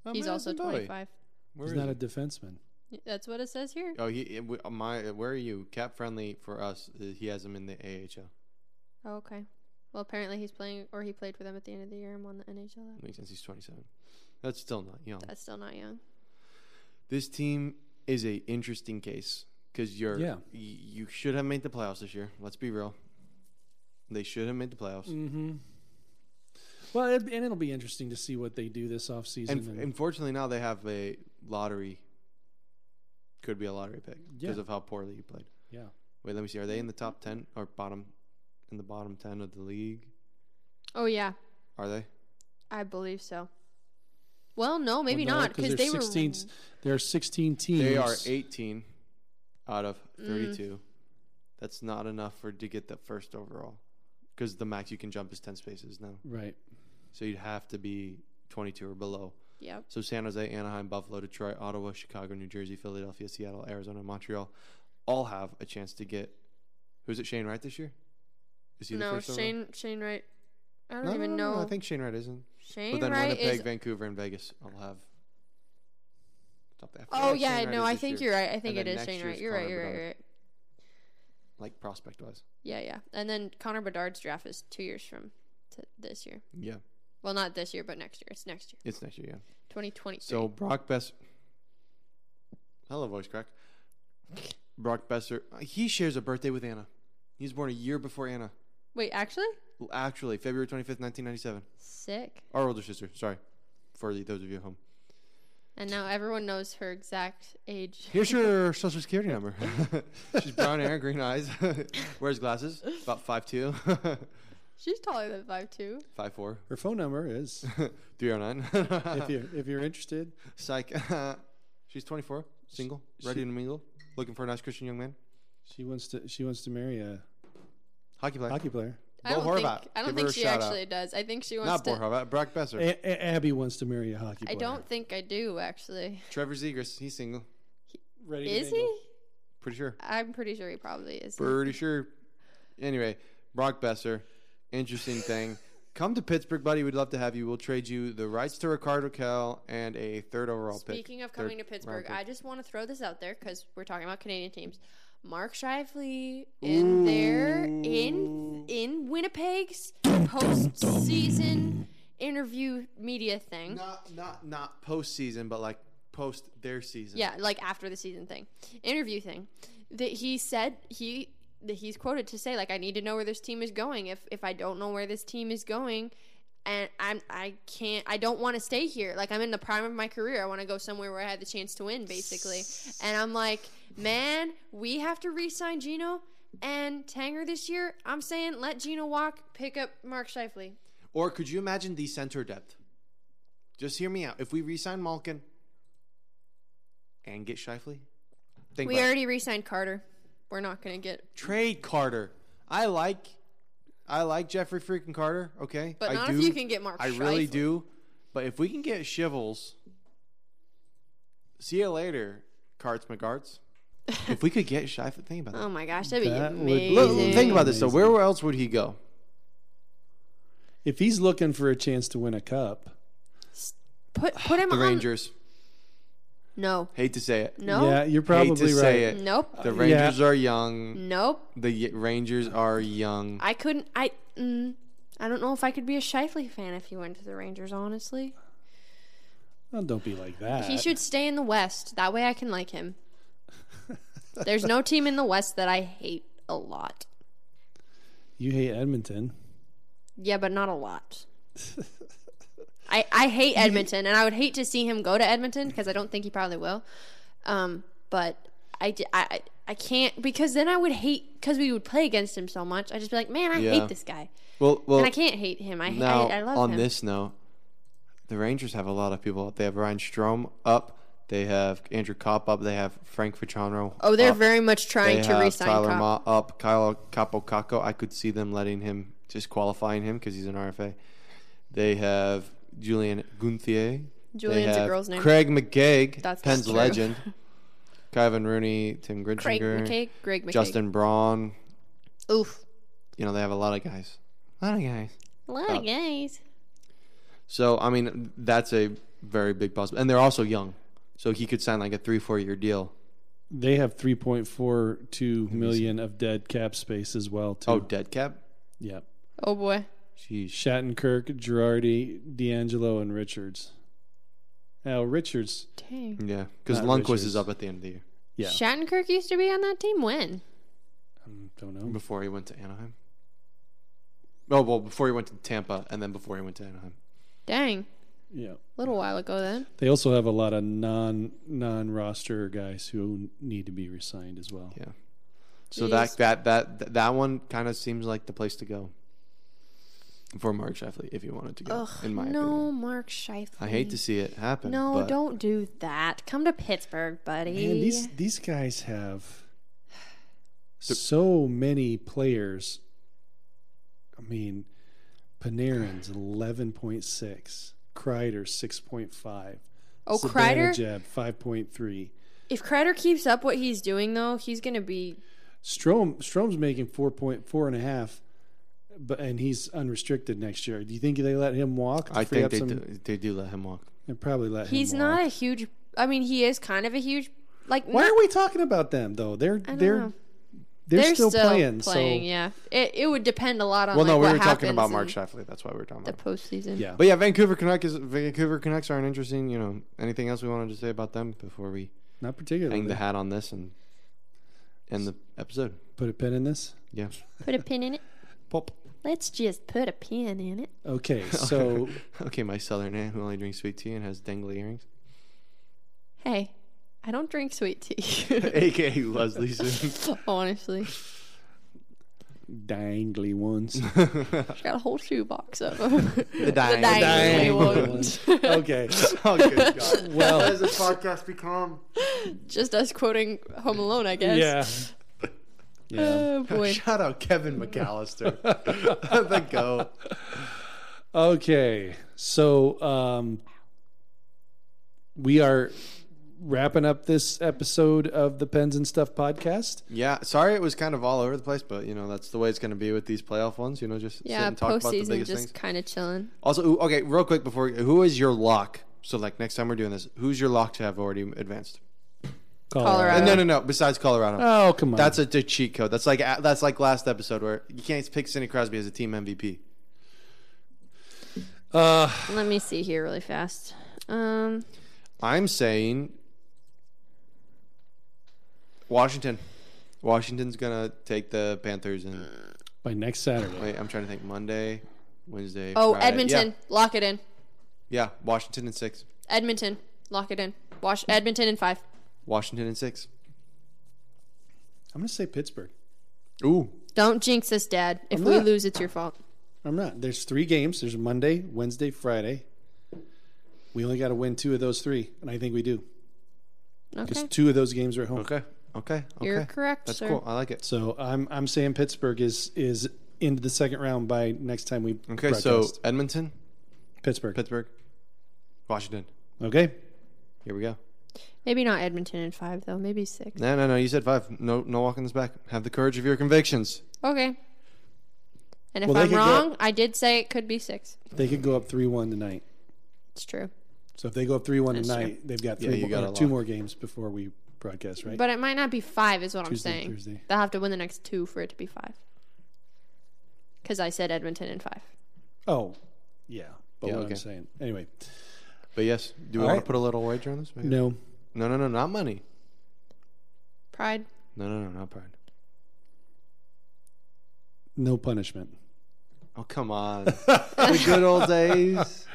S1: Oh,
S2: He's
S1: man,
S2: also
S1: it's a boy.
S2: 25.
S1: Where
S3: He's
S1: is
S3: not a
S1: he?
S3: defenseman.
S2: Y- That's what it says here.
S1: Oh, he it- we- uh, my. uh, Where are you? Cap friendly for us. uh, He has him in the AHL.
S2: Oh, okay. Well, apparently he's playing, or he played for them at the end of the year and won the NHL. that-
S1: Makes sense. He's 27. That's still not young.
S2: That's still not young.
S1: this team is a interesting case because you're.
S3: Yeah.
S1: y- You should have made the playoffs this year. Let's be real. They should have made the playoffs.
S3: Mm-hmm. Well, it, and it'll be interesting to see what they do this offseason.
S1: And
S3: And,
S1: f- unfortunately, now they have a lottery. Could be a lottery pick because
S3: Yeah.
S1: of how poorly you played.
S3: yeah,
S1: Wait, let me see. Are they in the top ten or bottom? In the bottom ten of the league,
S2: Oh yeah,
S1: are they?
S2: I believe so. Well, no, maybe
S3: Well, no,
S2: not because they
S3: there's 16
S2: were.
S3: There are sixteen teams. Mm.
S1: They are eighteen out of thirty-two. That's not enough for to get the first overall, because the max you can jump is ten spaces now.
S3: Right.
S1: So you'd have to be twenty-two or below.
S2: Yep.
S1: So San Jose, Anaheim, Buffalo, Detroit, Ottawa, Chicago, New Jersey, Philadelphia, Seattle, Arizona, Montreal, all have a chance to get. Who's it? Shane Wright this year? Is he the
S2: No,
S1: first overall?
S2: Shane Shane Wright. I don't
S1: No,
S2: even
S1: no, no,
S2: know.
S1: no, I think Shane Wright isn't.
S2: Shane
S1: But then
S2: Wright
S1: Winnipeg,
S2: is.
S1: Vancouver, and Vegas all have. Stop that. I
S2: oh
S1: forgot
S2: yeah,
S1: Shane Wright
S2: no,
S1: is
S2: I
S1: this
S2: think
S1: year,
S2: you're right. I think
S1: then
S2: it is
S1: next
S2: Shane Wright.
S1: year's
S2: You're right.
S1: Connor
S2: You're right.
S1: Bedard.
S2: You're right.
S1: Like prospect wise.
S2: Yeah, yeah. And then Connor Bedard's draft is two years from t- this year.
S1: Yeah,
S2: Well, not this year, but next year. It's next year,
S1: it's next year. Yeah.
S2: 2023.
S1: So Brock Besser. Hello, voice crack. Brock Besser. uh, He shares a birthday with Anna. He was born a year before Anna.
S2: wait, actually,
S1: Well, Actually, February 25th, 1997.
S2: sick.
S1: Our older sister. Sorry. For the, those of you at home.
S2: And now everyone knows her exact age.
S1: Here's your social security number. She's brown hair, green eyes, wears glasses, about 5'2,
S2: She's taller than five two.
S1: 5'4,
S3: Her phone number is
S1: 309.
S3: if you're if you're interested.
S1: Psych. She's 24, single, ready
S3: she-
S1: to mingle, looking for a nice Christian young man.
S3: She wants to she wants to marry a
S1: Hockey player.
S3: hockey player.
S2: I
S1: Bo
S2: don't think.
S1: Horvat.
S2: I
S1: Give
S2: don't
S1: her
S2: think
S1: a
S2: she
S1: shout-out.
S2: actually does. I think she
S1: Not
S2: wants to.
S1: Borhova, Brock Besser.
S3: A- A- Abby wants to marry a hockey
S2: I
S3: player.
S2: don't think I do actually.
S1: Trevor Zegers, he's single.
S3: Ready to
S2: Is
S3: mingle.
S2: he?
S1: Pretty sure.
S2: I'm pretty sure he probably is.
S1: Pretty sure. Anyway, Brock Besser, interesting thing. Come to Pittsburgh, buddy. We'd love to have you. We'll trade you the rights to Ricardo Cal and a third overall pick.
S2: Speaking of coming to
S1: Third
S2: Pittsburgh,
S1: round
S2: I just want to throw this out there because we're talking about Canadian teams. Mark Shifley in there in in Winnipeg's postseason interview media
S1: pick.
S2: thing.
S1: Not not not postseason, but like post their season.
S2: Yeah, like after the season thing, interview thing. That he said he that he's quoted to say like I need to know where this team is going. If if I don't know where this team is going, and I'm I can't I don't want to stay here. Like I'm in the prime of my career. I want to go somewhere where I have the chance to win, basically. And I'm like, man, we have to re-sign Gino and Tanger this year. I'm saying let Gino walk, pick up Mark Shifley.
S1: Or could you imagine the center depth? Just hear me out. If we re-sign Malkin and get Shifley, think
S2: We
S1: about it.
S2: already re-signed Carter. We're not gonna get,
S1: trade Carter. I like, I like Jeffrey freaking Carter. Okay,
S2: but
S1: I
S2: not
S1: do.
S2: if you can get Mark.
S1: I really
S2: Scheifele.
S1: do. But if we can get Shivels, see you later, Carts McGarts. if we could get Shifley, think about that.
S2: Oh my gosh, that'd be
S3: That would
S2: amazing.
S3: be
S1: Look, think about this though.
S3: Amazing.
S1: Where else would he go?
S3: If he's looking for a chance to win a cup,
S2: Put put him
S1: The
S2: on.
S1: Rangers.
S2: No,
S1: Hate to say it.
S2: no,
S3: yeah, you're
S1: Hate to
S3: probably right.
S1: say it.
S2: nope,
S1: The
S3: Yeah.
S1: Rangers are young.
S2: nope.
S1: The Y- Rangers are young.
S2: I couldn't. I mm, I don't know if I could be a Shifley fan if he went to the Rangers. Honestly,
S3: Oh, don't be like that.
S1: Uh,
S2: he should stay in the West. That way, I can like him. There's no team in the West that I hate a lot.
S3: You hate Edmonton.
S2: Yeah, but not a lot. I, I hate Edmonton, and I would hate to see him go to Edmonton because I don't think he probably will. Um, but I, j- I- I- I can't because then I would hate because we would play against him so much. I'd just be like, man, I
S1: Yeah.
S2: hate this guy,
S1: Well, well.
S2: and I can't hate him. I
S1: Now,
S2: I, I love
S1: on
S2: him.
S1: this note, the Rangers have a lot of people. They have Ryan Strom up. They have Andrew Kopp up. They have Frank Fichanro.
S2: oh, they're
S1: up.
S2: very much
S1: They
S2: trying to
S1: have
S2: resign
S1: Tyler
S2: Cobb.
S1: Ma up. Kyle Capocacco. I could see them letting him, just qualifying him because he's an RFA. They have Julian Gunthier. they
S2: Julian's a
S1: have
S2: girl's name.
S1: Craig McGaig,
S2: That's not
S1: Penn's
S2: true.
S1: legend. Kevin Rooney, Tim Grinchinger,
S2: Craig McKay, Greg McKay.
S1: Justin Braun.
S2: Oof.
S1: You know, they have a lot of guys. A lot of guys.
S2: A lot of guys.
S1: So I mean, that's a very big possibility, and they're also young, so he could sign like a three four year deal.
S3: They have 3.42 million of dead cap space as well too.
S1: Oh, dead cap.
S3: yeah.
S2: Oh boy.
S1: Sheesh.
S3: Shattenkirk, Girardi, D'Angelo, and Richards. Now Richards,
S2: Dang.
S1: Yeah, because
S3: Not
S1: Lundqvist
S3: Richards.
S1: is up at the end of the year
S3: yeah,
S2: Shattenkirk used to be on that team when?
S3: um, don't
S2: Oh.
S3: know.
S1: before he went to Anaheim. Oh well, before he went to Tampa, and then before he went to Anaheim.
S2: Dang.
S3: Yeah,
S2: little while ago then.
S3: they also have a lot of non non roster guys who need to be resigned as well.
S1: Yeah. So
S2: Jeez.
S1: that that that th- that one kind of seems like the place to go for Mark Shafley if he wanted to go.
S2: Ugh,
S1: in my
S2: no,
S1: opinion,
S2: Mark Scheifele.
S1: I hate to see it happen.
S2: No,
S1: but
S2: don't do that. Come to Pittsburgh, buddy.
S3: Man, these these guys have so many players. I mean, Panarin's eleven point six. Kreider six point five.
S2: Oh, Kreider.
S3: Jab five point three.
S2: If Kreider keeps up what he's doing, though, he's gonna be.
S3: Strom Strom's making four point four and a half, but and he's unrestricted next year. Do you think they let him walk? to
S1: I
S3: free
S1: think
S3: up
S1: they
S3: some-
S1: do, they do let him walk.
S3: They probably let him.
S2: He's
S3: walk.
S2: not a huge. I mean, he is kind of a huge. Like
S3: Why
S2: not-
S3: are we talking about them though? They're
S2: I don't
S3: they're
S2: know.
S3: They're, still, playing. so
S2: yeah, it, it would depend a lot on.
S1: Well,
S2: like,
S1: no, we
S2: what
S1: were talking about
S2: happens
S1: Mark
S2: in
S1: Shafley. That's why we were talking
S2: the
S1: about. him.
S2: postseason.
S3: yeah,
S1: But yeah, Vancouver Canucks, Vancouver Canucks are an interesting. You know, anything else we wanted to say about them before we
S3: not particularly.
S1: hang the hat on this and end the episode?
S3: Put a pin in this.
S1: Yeah,
S2: Put a pin in it.
S1: pop.
S2: Let's just put a pin in it.
S3: Okay, so
S1: okay, my southern aunt who only drinks sweet tea and has dangly earrings,
S2: Hey, I don't drink sweet tea.
S1: aka Leslie Zoom.
S2: Honestly,
S3: dangly ones.
S2: I've got a whole shoebox of them.
S1: the dying.
S2: dangly
S3: dangly
S2: ones.
S3: okay,
S1: Oh, good God.
S3: well,
S1: What does this podcast become?
S2: Just us quoting Home Alone, I guess.
S3: yeah, yeah.
S2: Oh boy.
S1: Shout out Kevin McAllister. the go.
S3: Okay, so um, we are wrapping up this episode of the Pens and Stuff podcast.
S1: Yeah, sorry it was kind of all over the place, but you know that's the way it's going to be with these playoff ones. You know, just sit
S2: Yeah,
S1: and talk about the
S2: postseason
S1: biggest
S2: just
S1: things.
S2: kind of chilling.
S1: Also, ooh, okay, real quick before who is your lock? So like next time we're doing this, who's your lock to have already advanced?
S2: Colorado.
S1: Uh, no, no, no. Besides Colorado,
S3: Oh come on,
S1: that's a, a cheat code. That's like that's like last episode where you can't pick Sidney Crosby as a team MVP.
S3: uh,
S2: Let me see here really fast. Um,
S1: I'm saying Washington. Washington's gonna take the Panthers and
S3: by next Saturday.
S1: wait. I'm trying to think. Monday, Wednesday.
S2: oh,
S1: Friday.
S2: Edmonton, lock it in.
S1: Yeah, yeah. Washington and six.
S2: Edmonton, lock it in. Wash Edmonton in five.
S1: Washington and six.
S3: I'm gonna say Pittsburgh.
S1: Ooh,
S2: Don't jinx us, Dad. If
S3: I'm
S2: we
S3: not.
S2: lose, it's your fault.
S3: I'm not. There's three games. There's Monday, Wednesday, Friday. We only got to win two of those three, and I think we do
S2: Okay,
S3: because two of those games are at home.
S1: Okay. Okay. Okay.
S2: you're correct,
S1: That's
S2: sir.
S1: cool. I like it.
S3: So I'm I'm saying Pittsburgh is is into the second round by next time we
S1: Okay.
S3: broadcast.
S1: So Edmonton,
S3: Pittsburgh.
S1: Pittsburgh, Washington.
S3: okay.
S1: Here we go.
S2: Maybe not Edmonton in five though. Maybe six.
S1: No, no, no. You said five. No, no walking this back. Have the courage of your convictions.
S2: Okay. And if
S3: Well, they
S2: I'm
S3: could go-
S2: wrong, I did say it could be six.
S3: They could go up three one tonight.
S2: It's true,
S3: So if they go up three one
S2: That's
S3: tonight, they've got
S1: Yeah,
S3: three
S1: you
S3: more,
S1: gotta
S3: or two
S1: lock.
S3: more games before we broadcast, right?
S2: but it might not be five, is what
S3: Tuesday,
S2: I'm saying.
S3: Thursday.
S2: They'll have to win the next two for it to be five. Because I said Edmonton in five.
S3: oh, yeah. But
S1: Yeah,
S3: what
S1: okay.
S3: I'm saying, anyway,
S1: But yes, do we
S3: All
S1: want
S3: right.
S1: to put a little wager on this? Maybe?
S3: no,
S1: no, no, no. Not money.
S2: Pride.
S1: No, no, no. Not pride.
S3: no punishment.
S1: Oh, come on. the good old days.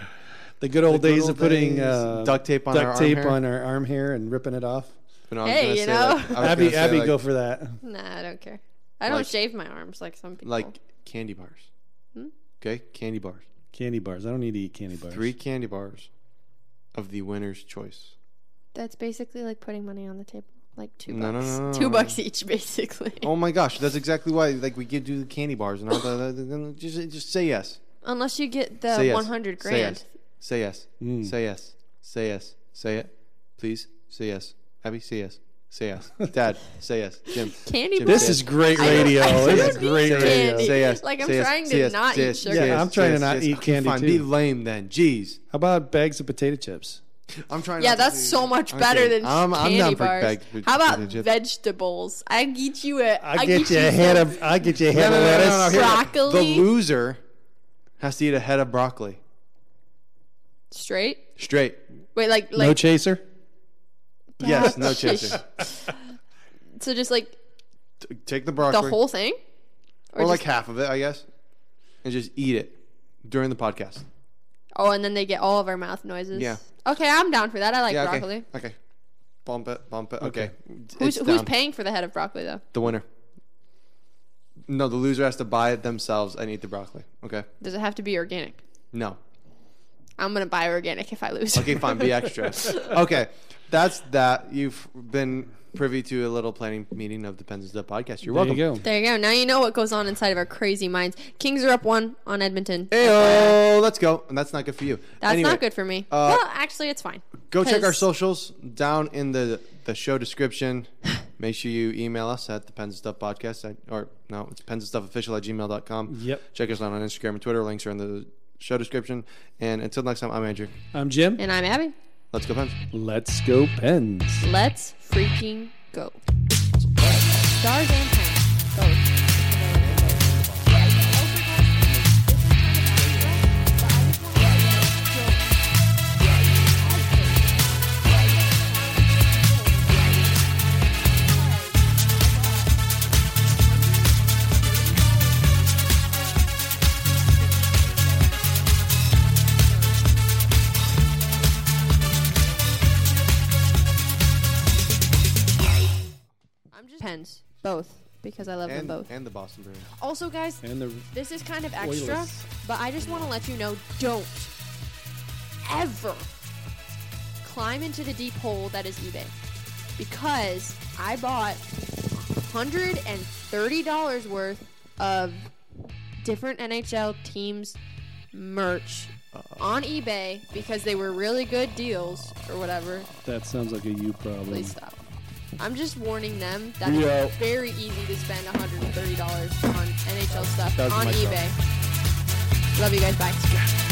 S3: The good old
S1: The good
S3: days
S1: old
S3: of putting
S1: days.
S3: uh,
S1: Duct tape on our
S3: duct
S1: arm
S3: tape
S1: hair.
S3: on our arm hair and ripping it off.
S1: But no, I was
S2: Hey,
S1: gonna
S2: you
S1: say, like- I
S2: know?
S1: was
S3: Abby,
S1: gonna say,
S3: Abby,
S1: like,
S3: go for that.
S2: Nah, I don't care. I don't
S1: Like-
S2: shave my arms like some people.
S1: like candy bars.
S2: Hmm?
S1: Okay, candy bars.
S3: Candy bars. I don't need to eat candy bars.
S1: Three candy bars of the winner's choice.
S2: That's basically like putting money on the table. Like two
S1: No, no,
S2: bucks.
S1: no, no,
S2: two
S1: no.
S2: bucks each, basically.
S1: Oh my gosh, that's exactly why. Like we could do the candy bars and all that. Just, just say yes.
S2: Unless you get the
S1: Say yes.
S2: 100
S1: Say
S2: grand.
S1: yes. Say yes.
S3: Mm.
S1: Say yes. Say yes. Say it. Please. Say yes. Abby, say yes. Say yes. Dad, say yes. Jim.
S2: Candy
S1: Jim,
S2: bars.
S3: This is great
S2: I don't-
S3: radio.
S2: I
S3: This
S2: don't
S3: is
S2: need
S3: great
S2: candy.
S3: radio.
S1: Say yes.
S2: Like, I'm
S1: say yes,
S2: trying to
S1: say yes,
S2: not
S1: say
S2: eat
S1: yes,
S2: sugar.
S1: say
S3: Yeah,
S1: yes,
S3: I'm trying to
S1: yes,
S3: not
S1: yes.
S3: eat
S1: Okay,
S3: candy,
S1: fine.
S3: too.
S1: Be lame then. Jeez.
S3: How about bags of potato chips?
S1: I'm trying.
S2: Yeah,
S1: not to
S2: that's
S1: do-
S2: so much
S1: Okay,
S2: better than
S1: I'm, I'm
S2: candy
S1: down for
S2: bars.
S1: bags with
S2: How about
S1: potato chips.
S2: vegetables? I get you a. I,
S3: I get you a head
S2: some-
S3: of I get you a
S1: No,
S3: head
S1: no,
S3: of
S1: no, no, no,
S3: lettuce.
S1: here we go.
S2: broccoli.
S1: The loser has to eat a head of broccoli
S2: straight.
S1: straight.
S2: Wait, like like
S3: No chaser.
S1: Yes, no chaser.
S2: so just like
S1: T- Take the
S2: the
S1: broccoli.
S2: whole thing,
S1: or like
S2: just-
S1: half of it, I guess, and just eat it during the podcast.
S2: oh, and then they get all of our mouth noises.
S1: Yeah.
S2: Okay, I'm down for that. I like
S1: yeah,
S2: broccoli.
S1: okay. Okay. Bump it, bump it. Okay.
S2: Who's
S1: It's
S2: who's
S1: down.
S2: paying for the head of broccoli though?
S1: The winner. No, the loser has to buy it themselves and eat the broccoli. Okay.
S2: Does it have to be organic?
S1: No.
S2: I'm gonna buy organic if I lose.
S1: Okay, fine. Be extra. okay. That's that. You've been privy to a little planning meeting of the Pens and Stuff podcast. You're
S3: There
S1: welcome.
S3: you go.
S2: There you go. Now you know what goes on inside of our crazy minds. Kings are up one on Edmonton.
S1: Ayo, let's go. And that's not good for you.
S2: That's
S1: Anyway,
S2: not good for me.
S1: uh,
S2: well, actually, it's fine.
S1: Go check our
S2: 'Cause-
S1: socials down in the the show description. Make sure you email us at the Pens and Stuff podcast at, or no, it's pens and stuff official at gmail.com.
S3: Yep.
S1: Check us out on Instagram and Twitter. Links are in the show description. And until next time, I'm Andrew.
S3: I'm Jim.
S2: And I'm Abby.
S1: Let's go, Pens.
S3: Let's go, Pens.
S2: Let's freaking go. Stars and Pens. Go. I'm just Pens. Both. Because I love
S1: And,
S2: them both.
S1: and the Boston Bruins.
S2: Also, guys,
S3: And the
S2: this is kind of extra,
S3: Oilers.
S2: but I just want to let you know don't ever climb into the deep hole that is eBay. Because I bought $130 worth of different NHL teams merch on eBay because they were really good deals or whatever.
S3: that sounds like a you problem.
S2: Please stop. I'm just warning them that
S3: We out.
S2: it's very easy to spend $130 on NHL stuff
S1: That was
S2: on
S1: my
S2: eBay.
S1: fault.
S2: Love you guys. Bye.